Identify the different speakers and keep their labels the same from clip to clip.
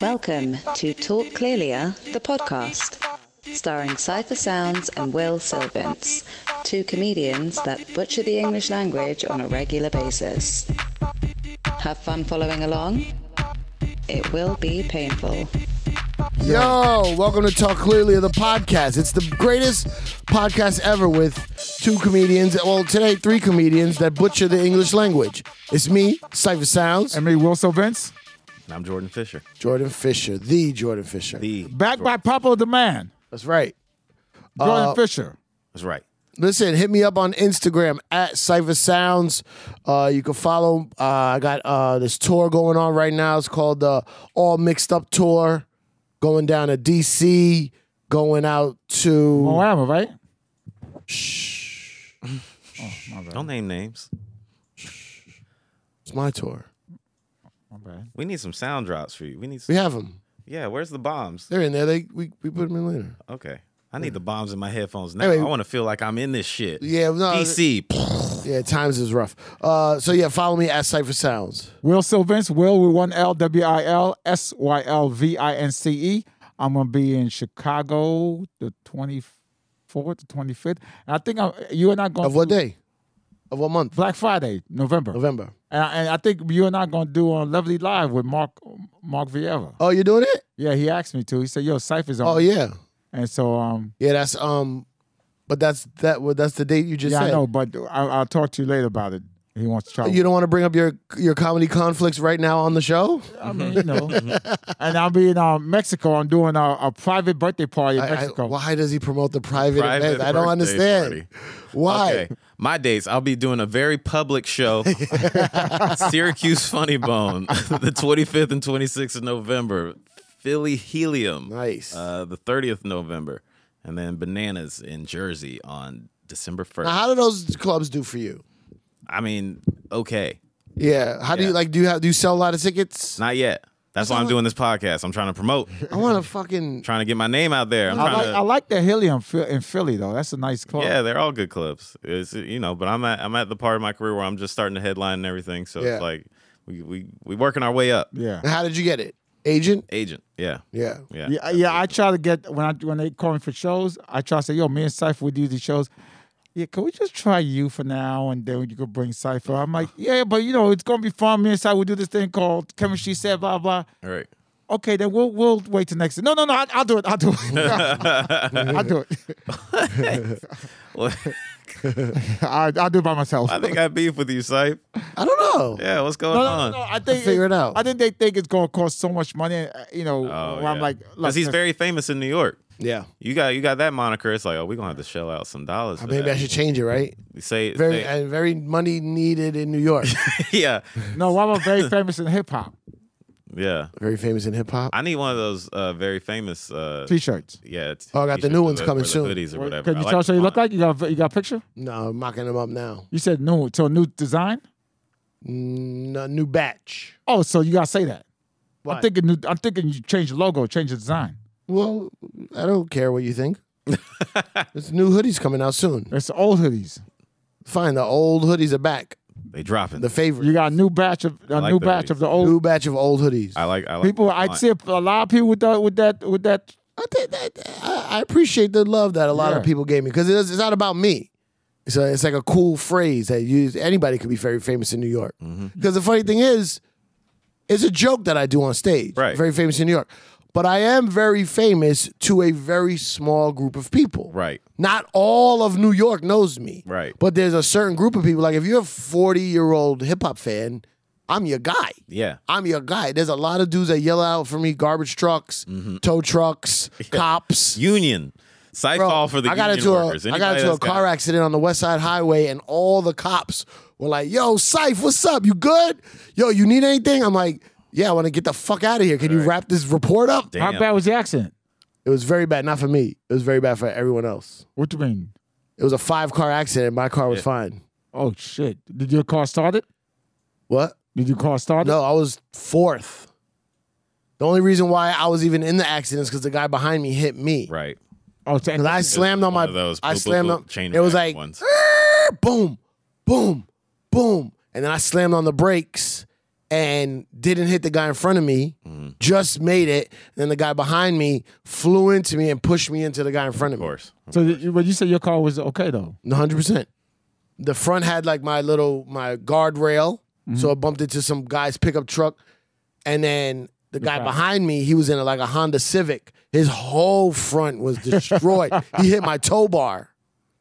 Speaker 1: Welcome to Talk Clearlier, the podcast, starring Cypher Sounds and Will Silvins, two comedians that butcher the English language on a regular basis. Have fun following along? It will be painful.
Speaker 2: Yo, welcome to Talk Clearly of the podcast. It's the greatest podcast ever with two comedians. Well, today, three comedians that butcher the English language. It's me, Cypher Sounds,
Speaker 3: And me, Wilson Vince,
Speaker 4: And I'm Jordan Fisher.
Speaker 2: Jordan Fisher, the Jordan Fisher.
Speaker 4: The
Speaker 3: back by popular demand.
Speaker 2: That's right.
Speaker 3: Jordan
Speaker 2: Uh,
Speaker 3: Fisher.
Speaker 4: That's right.
Speaker 2: Listen, hit me up on Instagram at Cypher Sounds. Uh, you can follow. Uh, I got uh, this tour going on right now. It's called the All Mixed Up Tour. Going down to DC, going out to.
Speaker 3: Alabama, right?
Speaker 4: Don't name names.
Speaker 2: It's my tour.
Speaker 3: Okay.
Speaker 4: We need some sound drops for you. We need.
Speaker 2: We
Speaker 4: Some,
Speaker 2: have them.
Speaker 4: yeah. Where's the bombs?
Speaker 2: They're in there. They we, we put them in later.
Speaker 4: Okay. I need the bombs in my headphones now.
Speaker 2: Anyway.
Speaker 4: I want to feel like I'm in this shit.
Speaker 2: Yeah, no,
Speaker 4: DC.
Speaker 2: Yeah, times is rough. Uh, so yeah, follow me at Cipher Sounds.
Speaker 3: Will Silvince, Will with one L, W I L S Y L V I N C E. I'm going to be in Chicago the 24th, the 25th. And I think I'm, you and I going
Speaker 2: Of what
Speaker 3: to
Speaker 2: day? Of what month?
Speaker 3: Black Friday, November.
Speaker 2: November.
Speaker 3: And, I, and I think you and I going to do on Lovely Live with Mark Mark Vieira.
Speaker 2: Oh, you're doing it?
Speaker 3: Yeah, he asked me to. He said, yo, Cypher's on.
Speaker 2: Oh yeah,
Speaker 3: And so um,
Speaker 2: yeah. That's um, but that's that. Well, that's the date you just
Speaker 3: yeah,
Speaker 2: said.
Speaker 3: I know, but I, I'll talk to you later about it. He wants to try.
Speaker 2: You don't want to bring up your your comedy conflicts right now on the show.
Speaker 3: I
Speaker 4: Mm-hmm.
Speaker 3: mean, you know. and I'll be in uh, Mexico. I'm doing a, a private birthday party in
Speaker 2: I- I-
Speaker 3: Mexico.
Speaker 2: why does he promote the private,
Speaker 4: Private
Speaker 2: event? I don't
Speaker 4: birthday
Speaker 2: understand.
Speaker 4: party.
Speaker 2: Why?
Speaker 4: Okay. My dates. I'll be doing a very public show. Syracuse Funny Bone, the 25th and 26th of November. Philly Helium.
Speaker 2: Nice.
Speaker 4: Uh, the 30th November, and then Bananas in Jersey on December 1st.
Speaker 2: Now, how do those clubs do for you?
Speaker 4: I mean, okay.
Speaker 2: Yeah. How do you
Speaker 4: Yeah.
Speaker 2: like? Do you have? Do you sell a lot of tickets?
Speaker 4: Not yet. That's why I'm doing this podcast. I'm trying to promote,
Speaker 2: I want to fucking.
Speaker 4: trying to get my name out there. I'm
Speaker 3: I
Speaker 4: trying
Speaker 3: like,
Speaker 4: to,
Speaker 3: I like the Helium Phil- in Philly though. That's a nice club.
Speaker 4: yeah, they're all good clubs. It's you know, but I'm at I'm at the part of my career where I'm just starting to headline and everything. So
Speaker 2: Yeah.
Speaker 4: it's like we we we working our way up.
Speaker 3: yeah,
Speaker 2: How did you get it? Agent.
Speaker 4: Agent, yeah,
Speaker 2: Yeah.
Speaker 4: yeah,
Speaker 3: yeah. yeah, I try to get when I when they call me for shows, I try to say, "Yo, me and Cipher would do these shows." Yeah, can we just try you for now, and then you could bring Cipher? I'm like, yeah, but you know, it's gonna be fun. Me and Cipher will do this thing called chemistry said blah blah.
Speaker 4: All right.
Speaker 3: Okay, then we'll we'll wait till next. No, no, no, I, I'll do it. I'll do it. I'll do it.
Speaker 4: Well,
Speaker 3: I, I'll do it by myself.
Speaker 4: I think I beef with you, Sype.
Speaker 2: I don't know.
Speaker 4: Yeah, what's going
Speaker 3: No, no,
Speaker 4: on?
Speaker 3: no, no. I think
Speaker 2: Figure it out.
Speaker 3: I think they think it's gonna cost so much money. uh, You know,
Speaker 4: Oh,
Speaker 3: where I'm
Speaker 4: yeah.
Speaker 3: like, look,
Speaker 4: he's very famous in New York.
Speaker 2: Yeah.
Speaker 4: You got you got that moniker. It's like, oh, we're gonna have to shell out some dollars. For
Speaker 2: Uh, Maybe
Speaker 4: that.
Speaker 2: I should change it, right?
Speaker 4: say
Speaker 2: Very,
Speaker 4: say-
Speaker 2: and very money needed in New York.
Speaker 4: yeah,
Speaker 3: no. I'm very famous in hip hop
Speaker 4: yeah.
Speaker 2: very famous in hip hop.
Speaker 4: I need one of those uh, very famous. Uh,
Speaker 3: t-shirts.
Speaker 4: yeah, it's
Speaker 2: Oh, I got the
Speaker 4: t-shirts
Speaker 2: new
Speaker 4: or
Speaker 2: ones coming
Speaker 4: or the
Speaker 2: soon.
Speaker 4: Hoodies or
Speaker 3: What-
Speaker 4: whatever.
Speaker 3: Could
Speaker 4: I
Speaker 3: you
Speaker 4: like
Speaker 3: tell us
Speaker 4: the
Speaker 3: what you look
Speaker 4: font.
Speaker 3: like? You got a- you got a picture?
Speaker 2: No, I'm mocking them up now.
Speaker 3: You said new, so new design.
Speaker 2: No, uh, new batch.
Speaker 3: Oh, so you gotta say that.
Speaker 2: Why?
Speaker 3: I'm thinking. new- I'm thinking you change the logo, change the design.
Speaker 2: Well, I don't care what you think. This new hoodies coming out soon.
Speaker 3: It's old hoodies.
Speaker 2: Fine, the old hoodies are back.
Speaker 4: They dropping.
Speaker 2: The favorite.
Speaker 3: You got a new batch of a
Speaker 4: like
Speaker 3: new
Speaker 4: the
Speaker 3: batch
Speaker 4: hoodies.
Speaker 3: of the old
Speaker 2: new batch of old hoodies.
Speaker 4: I like. I like
Speaker 3: people.
Speaker 4: the
Speaker 3: I
Speaker 4: font.
Speaker 3: see a, a lot of people with that with that with that.
Speaker 2: I, think that- I- I appreciate the love that a lot of
Speaker 3: Yeah.
Speaker 2: people gave me because it's, it's not about me. It's, a, it's like a cool phrase that you, anybody could be very famous in New York. Because
Speaker 4: Mm-hmm.
Speaker 2: the funny thing is, it's a joke that I do on stage.
Speaker 4: Right.
Speaker 2: Very famous in New York. But I am very famous to a very small group of people.
Speaker 4: Right.
Speaker 2: Not all of New York knows me.
Speaker 4: Right.
Speaker 2: But there's a certain group of people. Like if you're a 40 year old hip hop fan, I'm your guy.
Speaker 4: Yeah.
Speaker 2: I'm your guy. There's a lot of dudes that yell out for me: garbage trucks,
Speaker 4: Mm-hmm.
Speaker 2: tow trucks, cops.
Speaker 4: Union. Sight fall for the
Speaker 2: I got
Speaker 4: union
Speaker 2: into
Speaker 4: workers.
Speaker 2: a I got
Speaker 4: Anybody
Speaker 2: into a
Speaker 4: that's
Speaker 2: car accident on the West Side Highway, and all the cops were like, "Yo, Syfe, what's up? You good? Yo, you need anything?" I'm like, "Yeah, I want to get the fuck out of here. Can you wrap this report up?"
Speaker 4: Damn.
Speaker 3: How bad was the accident?
Speaker 2: It was very bad, not for me. It was very bad for everyone else.
Speaker 3: What do you mean?
Speaker 2: It was a five car accident. My car was fine.
Speaker 3: Oh shit! Did your car start it?
Speaker 2: What?
Speaker 3: Did your car start it?
Speaker 2: No, I was fourth. The only reason why I was even in the accident is because the guy behind me hit me.
Speaker 4: Right.
Speaker 3: Oh, so-
Speaker 2: Because I slammed on
Speaker 4: One
Speaker 2: my.
Speaker 4: of those.
Speaker 2: I
Speaker 4: boop, boop,
Speaker 2: slammed
Speaker 4: boop
Speaker 2: on.
Speaker 4: chain
Speaker 2: it was like
Speaker 4: reaction
Speaker 2: "Ah,
Speaker 4: ones.
Speaker 2: boom, boom, boom, and then I slammed on the brakes, and didn't hit the guy in front of me,
Speaker 4: Mm.
Speaker 2: just made it. And then the guy behind me flew into me and pushed me into the guy in front of me.
Speaker 4: Of course.
Speaker 3: So, you- but you said your car was okay though.
Speaker 2: One hundred percent. The front had like my little my guardrail,
Speaker 3: Mm-hmm.
Speaker 2: so I bumped into some guy's pickup truck, and then the guy behind me, he was in like a Honda Civic. His whole front was destroyed. he hit my tow bar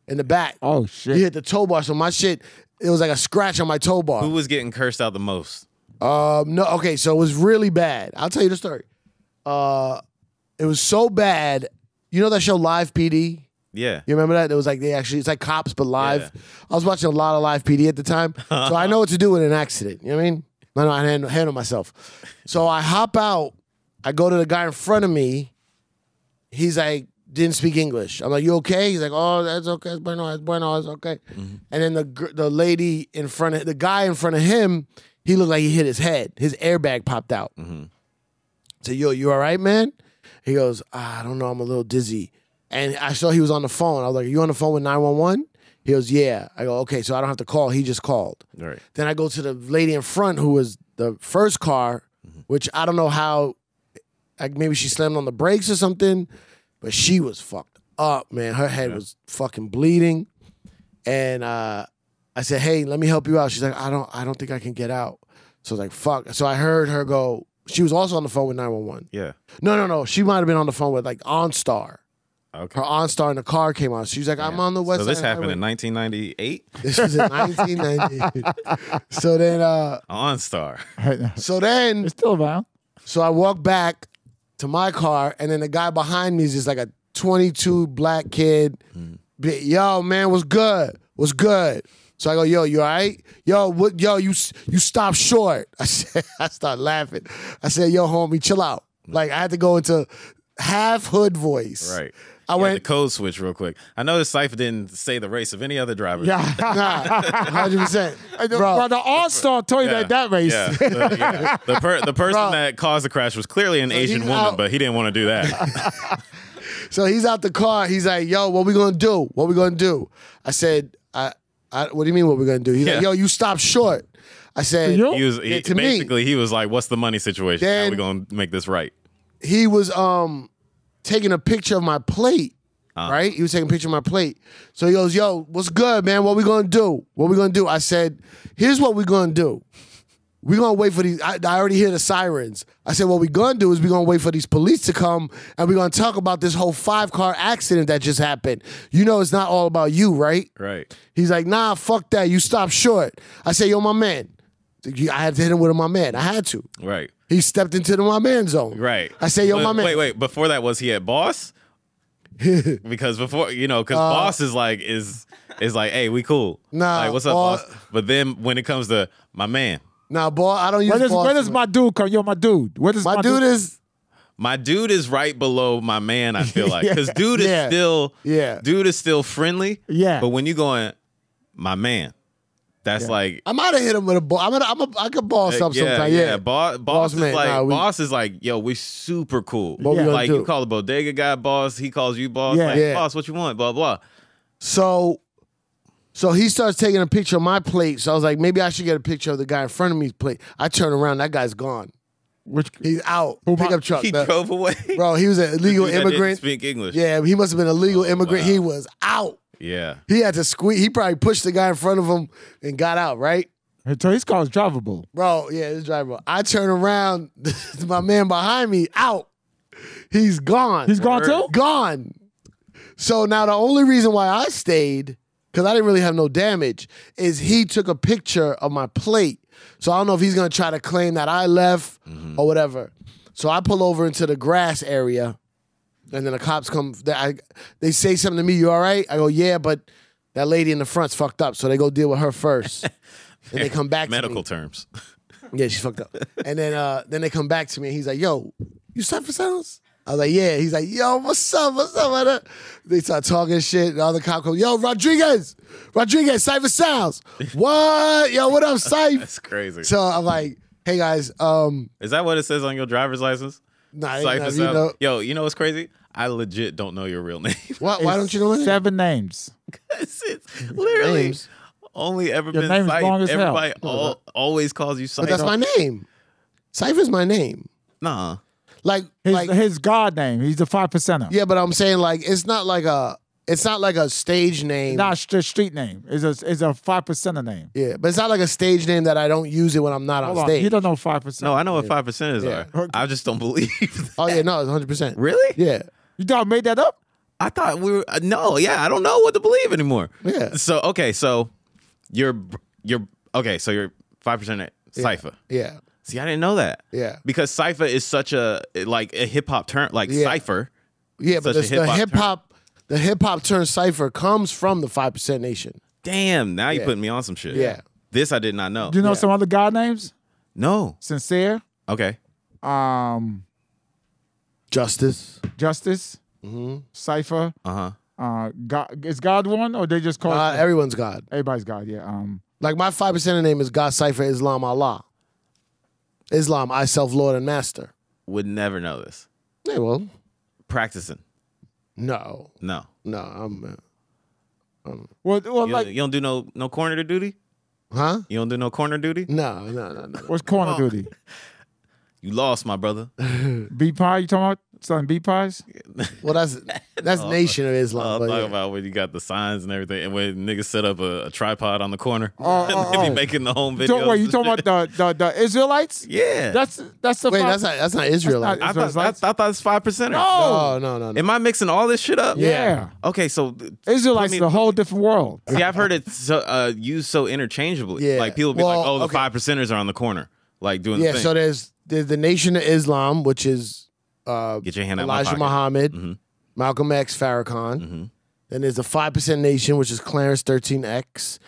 Speaker 2: in the back.
Speaker 3: Oh
Speaker 2: He
Speaker 3: shit!
Speaker 2: hit the tow bar, so my shit. It was like a scratch on my tow bar.
Speaker 4: Who was getting cursed out the most?
Speaker 2: Um, no, okay, so it was really bad. I'll tell you the story. Uh, it was so bad. You know that show Live PD?
Speaker 4: Yeah.
Speaker 2: You remember that? It was like they actually, it's like cops, but live. I was watching a lot of live PD at the time. so I know what to do in an accident. You know what I mean? I know how to handle, handle myself. So I hop out. I go to the guy in front of me. He's like, didn't speak English. I'm like, you okay? He's like, oh, that's okay. It's bueno. It's bueno. It's okay. And then the gr- the lady in front of the guy in front of him, he looked like he hit his head. His airbag popped out. So yo, you all right, man? He goes, ah, I don't know, I'm a little dizzy. And I saw he was on the phone. I was like, Are you on the phone with 911? He goes, Yeah. I go, okay, so I don't have to call. He just called.
Speaker 4: All right.
Speaker 2: Then I go to the lady in front who was the first car,
Speaker 4: Mm-hmm.
Speaker 2: which I don't know how, like maybe she slammed on the brakes or something, but she was fucked up, man. Her head was fucking bleeding, and uh, I said, "Hey, let me help you out." She's like, "I don't, I don't think I can get out." So I was like, "Fuck!" So I heard her go. She was also on the phone with nine one one.
Speaker 4: Yeah.
Speaker 2: No, no, no. She might have been on the phone with like OnStar.
Speaker 4: Okay.
Speaker 2: Her OnStar in the car came on. She was like, "I'm on the west."
Speaker 4: So this
Speaker 2: side
Speaker 4: happened in
Speaker 2: highway."
Speaker 4: 1998
Speaker 2: This was in 1990. so then, uh,
Speaker 4: on Star.
Speaker 2: so then,
Speaker 3: It's still around.
Speaker 2: So I walk back to my car, and then the guy behind me is just like a 22 black kid.
Speaker 4: Mm.
Speaker 2: Be- Yo, man, what's good? What's good? So I go, yo, you all right? Yo, what? Yo, you s- you stop short. I said, I start laughing. I said, yo, homie, chill out. Like I had to go into half hood voice.
Speaker 4: Right.
Speaker 2: I
Speaker 4: Yeah, the
Speaker 2: went,
Speaker 4: code switch real quick. I noticed Cypher didn't say the race of any other driver.
Speaker 3: Yeah.
Speaker 2: nah, 100. percent
Speaker 3: Bro, the All Star told you
Speaker 4: Yeah,
Speaker 3: that that race.
Speaker 4: yeah, the, yeah. The per- the person
Speaker 2: Bro.
Speaker 4: that caused the crash was clearly an Asian
Speaker 2: he's
Speaker 4: woman,
Speaker 2: out.
Speaker 4: but he didn't want to do that.
Speaker 2: So he's out the car. He's like, "Yo, what we gonna do? What we gonna do?" I said, "I, I what do you mean? What we gonna do?" He's
Speaker 4: Yeah.
Speaker 2: like, "Yo, you stop short." I said,
Speaker 3: you?
Speaker 4: He was he,
Speaker 2: Yeah, to me.
Speaker 4: basically he was like, "What's the money situation? How
Speaker 2: Then-
Speaker 4: we gonna make this right?"
Speaker 2: he was um taking a picture of my plate. Right? He was taking a picture of my plate. So he goes, Yo, what's good, man? What we gonna do? What we gonna do? I said, Here's what we gonna do. we gonna wait for these. I, I already hear the sirens. I said, What we gonna do is we gonna wait for these police to come and we gonna talk about this whole five car accident that just happened. You know, it's not all about you, right?
Speaker 4: Right.
Speaker 2: He's like, Nah, fuck that. You stop short. I say, Yo, my man. I had to hit him with a my man. I had to.
Speaker 4: Right.
Speaker 2: He stepped into the my man zone.
Speaker 4: Right.
Speaker 2: I say, Yo,
Speaker 4: But
Speaker 2: my man.
Speaker 4: Wait, wait. Before that, was he at Boss? because before you know, because Boss is like is is like, hey, we cool.
Speaker 2: Uh, Nah, uh,
Speaker 4: Like, what's up,
Speaker 2: Boss-
Speaker 4: Boss? But then when it comes to my man,
Speaker 2: Nah, boy, I don't use
Speaker 3: Where does,
Speaker 2: boss
Speaker 3: where does
Speaker 2: man.
Speaker 3: my dude come? Yo, my dude. Where does
Speaker 2: my, dude is
Speaker 4: my dude is right below my man. I feel like because dude is
Speaker 2: Yeah.
Speaker 4: still
Speaker 2: Yeah.
Speaker 4: dude is still friendly.
Speaker 3: Yeah.
Speaker 4: But when you going, my man, that's like.
Speaker 2: I might have hit him with a ball. I'm gonna, I'm a, I could boss up
Speaker 4: yeah,
Speaker 2: sometime. Yeah,
Speaker 4: Bo- boss, is
Speaker 2: man,
Speaker 4: like,
Speaker 2: nah, we-
Speaker 4: boss is like, yo, we super cool.
Speaker 2: What we gonna
Speaker 4: Like,
Speaker 2: do?
Speaker 4: you call the bodega guy boss, he calls you boss.
Speaker 3: Yeah.
Speaker 4: like,
Speaker 2: Yeah.
Speaker 4: boss, what you want? Blah blah.
Speaker 2: So, so he starts taking a picture of my plate. So I was like, maybe I should get a picture of the guy in front of me's plate. I turn around, that guy's gone.
Speaker 3: Which,
Speaker 2: He's out. Pickup truck.
Speaker 4: He
Speaker 2: The-
Speaker 4: drove away.
Speaker 2: bro, he was an illegal
Speaker 4: Dude that didn't
Speaker 2: immigrant.
Speaker 4: Speak English.
Speaker 2: Yeah, he must have been an
Speaker 4: Oh,
Speaker 2: illegal immigrant. He was out.
Speaker 4: Yeah.
Speaker 2: He had to squeeze. He probably pushed the guy in front of him and got out. Right.
Speaker 3: so his car is drivable.
Speaker 2: Bro, yeah, this driver. I turn around, my man behind me out. He's gone.
Speaker 3: He's gone too.
Speaker 2: gone. So now the only reason why I stayed, because I didn't really have no damage, is he took a picture of my plate. So I don't know if he's gonna try to claim that I left or whatever. So I pull over into the grass area, and then the cops come. They, I, they say something to me. You all right? I go, yeah, but that lady in the front's fucked up. So they go deal with her first, and they come back. to me.
Speaker 4: Medical terms.
Speaker 2: Yeah, she's fucked up. And then uh then they come back to me and he's like, yo, you signed for sounds? I was like, yeah. He's like, yo, what's up? What's up? What up? They start talking shit. And the other cop comes, yo, Rodriguez, Rodriguez, Cypher Sounds. What? Yo, what up, Cypher?
Speaker 4: That's crazy.
Speaker 2: so I'm like, hey guys, um,
Speaker 4: Is that what it says on your driver's license?
Speaker 2: nah,
Speaker 4: Cypher
Speaker 2: nah, you
Speaker 4: sounds-
Speaker 2: know-
Speaker 4: Yo, you know what's crazy? I legit don't know your real name.
Speaker 2: why, why don't you know my name?
Speaker 3: Seven names.
Speaker 4: That's it. Literally.
Speaker 2: Names.
Speaker 4: only ever
Speaker 3: Your
Speaker 4: been
Speaker 3: name is
Speaker 4: Sife.
Speaker 3: long as hell.
Speaker 4: Everybody al- always calls you Sife.
Speaker 2: But that's my name. Cypher's my name.
Speaker 4: nah.
Speaker 2: Like,
Speaker 3: His,
Speaker 2: like
Speaker 3: his god name. He's the five percenter.
Speaker 2: yeah, but I'm saying like it's not like a it's not like a stage name.
Speaker 3: Not st- street name. Is a is a five percenter name.
Speaker 2: Yeah, but it's not like a stage name that I don't use it when I'm not on
Speaker 3: Hold on.
Speaker 2: stage.
Speaker 3: You don't know five percent.
Speaker 4: No, I know what five percent is are. I just don't believe.
Speaker 2: oh yeah, no, it's 100. percent
Speaker 4: really?
Speaker 2: Yeah,
Speaker 3: You thought I made that up?
Speaker 4: I thought we were. uh, No, yeah, I don't know what to believe anymore.
Speaker 2: Yeah.
Speaker 4: So okay, so you're you're okay. So you're five percent cipher.
Speaker 2: yeah,
Speaker 4: See, I didn't know that.
Speaker 2: Yeah.
Speaker 4: Because cipher is such a like a hip hop term, like
Speaker 2: Yeah.
Speaker 4: cipher.
Speaker 2: yeah. But
Speaker 4: Such
Speaker 2: this,
Speaker 4: a
Speaker 2: the
Speaker 4: hip-hop
Speaker 2: hip hop, the hip hop turn cipher comes from the Five Percent Nation.
Speaker 4: Damn, now you put me on some shit.
Speaker 2: Yeah.
Speaker 4: This I did not know.
Speaker 3: Do you know some other god names?
Speaker 4: no.
Speaker 3: Sincere,
Speaker 4: Okay.
Speaker 3: um,
Speaker 2: Justice.
Speaker 3: Justice, Cipher.
Speaker 4: Uh huh.
Speaker 3: Uh, God is God one or they just call
Speaker 2: Uh,
Speaker 3: it-
Speaker 2: everyone's God.
Speaker 3: everybody's God? Yeah. Um,
Speaker 2: Like my Five Percent name is God Cipher Islam Allah. Islam, I self Lord and Master.
Speaker 4: Would never know this.
Speaker 2: Yeah, well,
Speaker 4: Practicing.
Speaker 2: no,
Speaker 4: No.
Speaker 2: no, I'm, uh,
Speaker 3: well, well,
Speaker 4: You,
Speaker 3: like
Speaker 4: you don't do no no corner duty.
Speaker 2: huh?
Speaker 4: You don't do no corner duty.
Speaker 2: No, no, no, no.
Speaker 3: what's corner duty?
Speaker 4: You lost, my brother.
Speaker 3: B pie? You talking about selling B pies?
Speaker 2: Well, that's that's Nation of
Speaker 4: I'll
Speaker 2: Islam. but
Speaker 4: Oh, talk
Speaker 2: yeah.
Speaker 4: Uh, about when you got the signs and everything, and when niggas set up a, a tripod on the corner
Speaker 2: Uh,
Speaker 3: Oh,
Speaker 4: and
Speaker 3: oh,
Speaker 4: they
Speaker 3: oh.
Speaker 4: be making the home videos.
Speaker 3: Don't wait. You
Speaker 4: and
Speaker 3: talking
Speaker 4: shit.
Speaker 3: about the, the the Israelites?
Speaker 4: Yeah,
Speaker 3: That's that's the
Speaker 2: Wait,
Speaker 3: five-
Speaker 2: that's not that's not Israel.
Speaker 3: not-
Speaker 4: I Oh! thought, I, I
Speaker 3: Israelites?
Speaker 4: thought that's five percent.
Speaker 2: no,
Speaker 3: no.
Speaker 2: no, no, no.
Speaker 4: Am I mixing all this shit up?
Speaker 3: Yeah.
Speaker 4: Okay, so th-
Speaker 3: Israelites
Speaker 4: Put me-
Speaker 3: is a whole different world.
Speaker 4: see, I've heard it so, uh, used so interchangeably.
Speaker 2: Yeah.
Speaker 4: Like people be like,
Speaker 2: Well,
Speaker 4: "Oh, the
Speaker 2: okay.
Speaker 4: five percenters are on the corner, like doing
Speaker 2: Yeah,
Speaker 4: the thing."
Speaker 2: so there's there's the Nation of Islam, which is uh,
Speaker 4: Get your hand out my
Speaker 2: Elijah
Speaker 4: pocket.
Speaker 2: Muhammad, Malcolm X, Farrakhan. Then there's the Five Percent Nation, which is Clarence Thirteen X.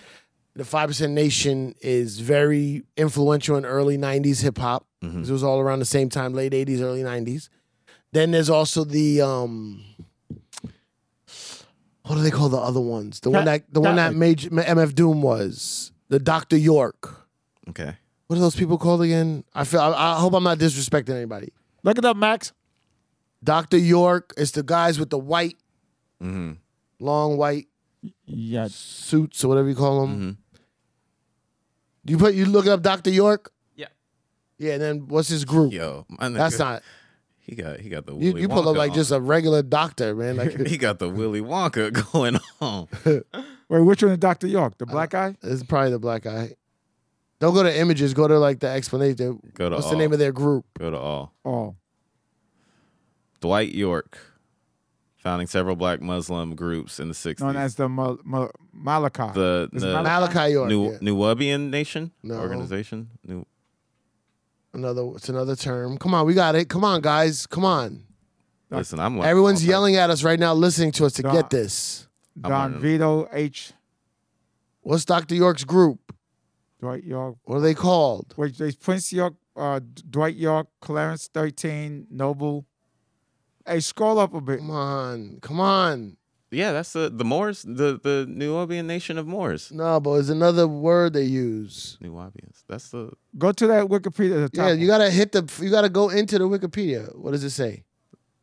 Speaker 2: The Five Percent Nation is very influential in early '90s hip hop. 'cause It was all around the same time, late '80s, early '90s. Then there's also the um, what do they call the other ones? The one
Speaker 3: Cat-
Speaker 2: that the one that
Speaker 3: Catholic.
Speaker 2: Major MF Doom was the Doctor York
Speaker 4: Okay.
Speaker 2: what are those people called again? I feel I, I hope I'm not disrespecting anybody.
Speaker 3: Look it up, Max.
Speaker 2: Dr. York is the guys with the white,
Speaker 4: Mm-hmm.
Speaker 2: long white
Speaker 3: Yeah.
Speaker 2: suits or whatever you call them.
Speaker 4: Mm-hmm.
Speaker 2: You put you look up Dr. York?
Speaker 4: Yeah.
Speaker 2: Yeah, and then what's his group?
Speaker 4: Yo, my nigga,
Speaker 2: That's not
Speaker 4: He got he got the
Speaker 2: you,
Speaker 4: Willy
Speaker 2: you pull up
Speaker 4: Wonka
Speaker 2: like
Speaker 4: on.
Speaker 2: just a regular doctor, man. Like
Speaker 4: he got the Willy Wonka going on.
Speaker 3: Wait, which one is Dr. York? The black
Speaker 4: Uh,
Speaker 3: guy?
Speaker 2: it's probably the black guy. Don't go to images, go to like the explanation.
Speaker 4: Go to uh,
Speaker 2: what's
Speaker 4: all.
Speaker 2: the name of their group?
Speaker 4: Go to all.
Speaker 3: Oh.
Speaker 4: Dwight York, founding several black Muslim groups in the 60s.
Speaker 3: Known as the Mal- Mal- Malachi.
Speaker 4: the
Speaker 3: Is
Speaker 4: the
Speaker 3: Malachi-
Speaker 2: Malachi York.
Speaker 4: New,
Speaker 2: yeah.
Speaker 4: Nubian Nation
Speaker 2: No.
Speaker 4: organization. New,
Speaker 2: Another it's another term. Come on, we got it. Come on, guys. Come on.
Speaker 4: listen, I'm like
Speaker 2: Everyone's yelling at us right now, listening to us to
Speaker 3: Nah.
Speaker 2: get this.
Speaker 3: Don
Speaker 4: learning.
Speaker 3: Vito H.
Speaker 2: What's Dr. York's group?
Speaker 3: Dwight York.
Speaker 2: What are they called?
Speaker 3: Wait, there's Prince York, uh, D- Dwight York, Clarence 13, Noble. Hey, scroll up a bit.
Speaker 2: Come on, come on.
Speaker 4: Yeah, that's the the Moors, the the Nubian Nation of Moors.
Speaker 2: No, but it's another word they use.
Speaker 4: Nubians. That's the
Speaker 3: Go to that Wikipedia. at The top
Speaker 2: Yeah, you gotta hit the. You gotta go into the Wikipedia. What does it say?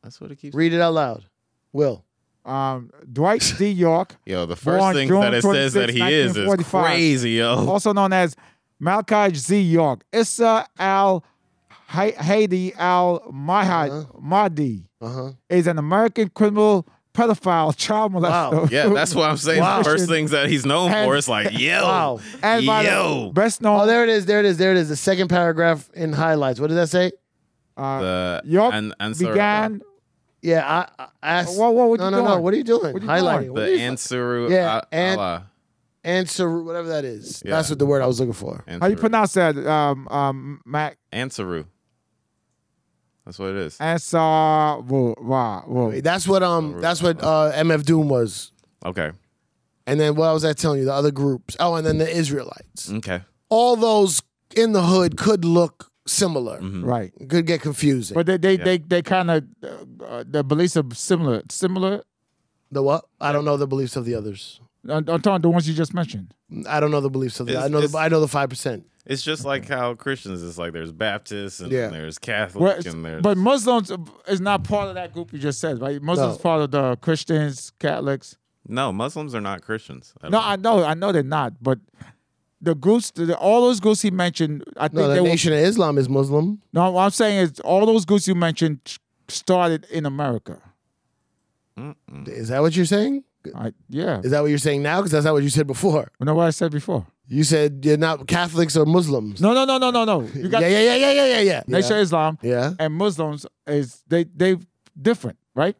Speaker 4: that's what it keeps.
Speaker 2: Read it out loud. Will.
Speaker 3: um, Dwight D. York,
Speaker 4: Yo, the first
Speaker 3: Born
Speaker 4: thing
Speaker 3: June
Speaker 4: that it says that he
Speaker 3: 26,
Speaker 4: is is
Speaker 3: 1945.
Speaker 4: crazy, yo.
Speaker 3: also known as Malachi Z. York, Issa Al Ha- Haidi Al Mahad Mahdi,
Speaker 2: Uh huh.
Speaker 3: is an American criminal pedophile child molester.
Speaker 4: Yeah, that's what I'm saying.
Speaker 2: Wow.
Speaker 4: The first things that he's known for is like,
Speaker 3: Oh.
Speaker 4: yo,
Speaker 2: Wow.
Speaker 3: and by the
Speaker 4: yo.
Speaker 3: best
Speaker 2: Oh,
Speaker 3: known
Speaker 2: there it is. There it is. There it is. The second paragraph in highlights. What does that say?
Speaker 3: uh,
Speaker 4: The
Speaker 3: York
Speaker 4: an- answer-
Speaker 3: began
Speaker 2: Yeah, I, I asked.
Speaker 3: Whoa, whoa, what
Speaker 2: no,
Speaker 3: you
Speaker 2: no, no.
Speaker 3: doing?
Speaker 2: What are you doing?
Speaker 3: What you
Speaker 2: Highlighting.
Speaker 3: doing?
Speaker 2: What
Speaker 4: the
Speaker 2: are you-
Speaker 4: Ansuru
Speaker 2: Yeah,
Speaker 4: Al-
Speaker 2: and-
Speaker 4: Allah.
Speaker 2: answer. Whatever that is.
Speaker 4: Yeah.
Speaker 2: That's what the word I was looking for.
Speaker 3: how you
Speaker 4: Ansuru.
Speaker 3: pronounce that um um Mac
Speaker 4: Ansaru. That's what it is.
Speaker 3: Ansar Wu- Ra Wu.
Speaker 2: That's what um. That's what uh. MF Doom was.
Speaker 4: Okay.
Speaker 2: And then what was I telling you? The other groups. Oh, and then the Israelites.
Speaker 4: Okay.
Speaker 2: All those in the hood could look similar.
Speaker 3: right
Speaker 2: Could get confusing.
Speaker 3: but they they they, they kind of uh, the beliefs are similar similar
Speaker 2: the what? I don't know the beliefs of the others.
Speaker 3: I'm I'm talking the ones you just mentioned
Speaker 2: I don't know the beliefs of the.
Speaker 4: It's-
Speaker 2: I know. The,
Speaker 4: it's-
Speaker 2: I know the five percent.
Speaker 4: It's just like how Christians is like there's Baptists and
Speaker 2: Yeah.
Speaker 4: there's Catholic
Speaker 3: Well,
Speaker 4: and there's
Speaker 3: but Muslims is not part of that group you just said right Muslims
Speaker 2: No.
Speaker 3: part of the Christians Catholics
Speaker 4: No, Muslims are not Christians. at
Speaker 3: No,
Speaker 4: all.
Speaker 3: I know, I know they're not, but the groups, the, all those groups he mentioned, I think
Speaker 2: No,
Speaker 3: they
Speaker 2: the
Speaker 3: were.
Speaker 2: Nation of Islam is Muslim.
Speaker 3: No, what I'm saying is all those groups you mentioned t- started in America.
Speaker 2: Is that what you're saying?
Speaker 3: I, yeah,
Speaker 2: Is that what you're saying now? Because that's not what you said before.
Speaker 3: you know what I said before.
Speaker 2: You said you're not Catholics or Muslims.
Speaker 3: No, no, no, no, no, no. You got
Speaker 2: yeah, yeah, yeah, yeah, yeah, yeah, yeah.
Speaker 3: Nation of Islam
Speaker 2: Yeah.
Speaker 3: and Muslims is they they different, right?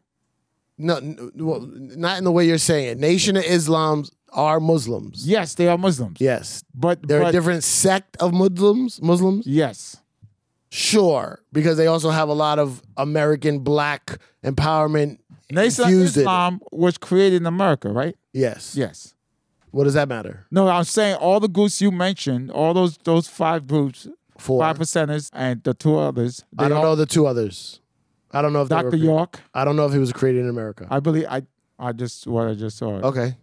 Speaker 2: No, n- well, not in the way you're saying it. Nation of Islam's are Muslims.
Speaker 3: Yes, they are Muslims.
Speaker 2: Yes.
Speaker 3: but
Speaker 2: They're
Speaker 3: but-
Speaker 2: a different sect of Muslims. Muslims.
Speaker 3: Yes,
Speaker 2: Sure, because they also have a lot of American black empowerment
Speaker 3: Nation of
Speaker 2: infused in it.
Speaker 3: Islam was created in America, right?
Speaker 2: Yes.
Speaker 3: Yes.
Speaker 2: What does that matter?
Speaker 3: No, I'm saying all the groups you mentioned, all those those five groups,
Speaker 2: Four.
Speaker 3: five percenters, and the two others.
Speaker 2: I don't
Speaker 3: all-
Speaker 2: know the two others. I don't know if they were
Speaker 3: Dr.
Speaker 2: cre-
Speaker 3: York.
Speaker 2: I don't know if he was created in America.
Speaker 3: I believe I I just what I just saw.
Speaker 2: okay.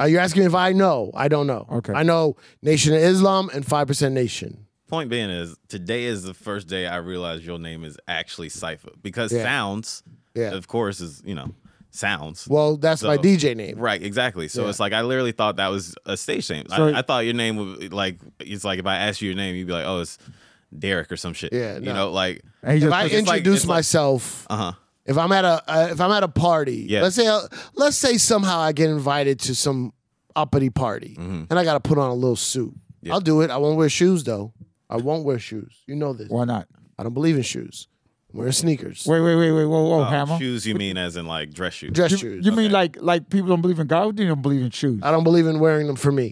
Speaker 2: Uh, you're asking if I know. I don't know.
Speaker 3: Okay.
Speaker 2: I know Nation of Islam and 5% Nation.
Speaker 4: Point being is today is the first day I realized your name is actually Cypher because
Speaker 2: Yeah.
Speaker 4: sounds,
Speaker 2: Yeah.
Speaker 4: of course, is you know sounds.
Speaker 2: Well, that's my
Speaker 4: So-
Speaker 2: DJ name.
Speaker 4: Right, exactly. So
Speaker 2: Yeah.
Speaker 4: it's like I literally thought that was a stage name.
Speaker 3: So-
Speaker 4: I, I thought your name would like it's like if I asked you your name, you'd be like, oh, it's Derek or some shit.
Speaker 2: Yeah, no.
Speaker 4: you know, like
Speaker 3: And he
Speaker 2: If
Speaker 3: just
Speaker 2: I
Speaker 4: it's like-
Speaker 2: introduce
Speaker 4: it's like-
Speaker 2: myself,
Speaker 4: uh huh.
Speaker 2: if I'm at a uh, if I'm at a party,
Speaker 4: Yeah.
Speaker 2: let's say uh, let's say somehow I get invited to some uppity party and I got to put on a little suit. I'll do it. I won't wear shoes though. I won't wear shoes. You know this.
Speaker 3: why not?
Speaker 2: I don't believe in shoes. I'm wearing sneakers.
Speaker 3: Wait, wait, wait, wait, whoa,
Speaker 4: Oh,
Speaker 3: whoa, hammer.
Speaker 4: Shoes, you mean as in like dress shoes?
Speaker 2: dress
Speaker 3: You,
Speaker 2: shoes. Uh,
Speaker 3: you mean like like people don't believe in God? They don't believe in shoes.
Speaker 2: I don't believe in wearing them for me.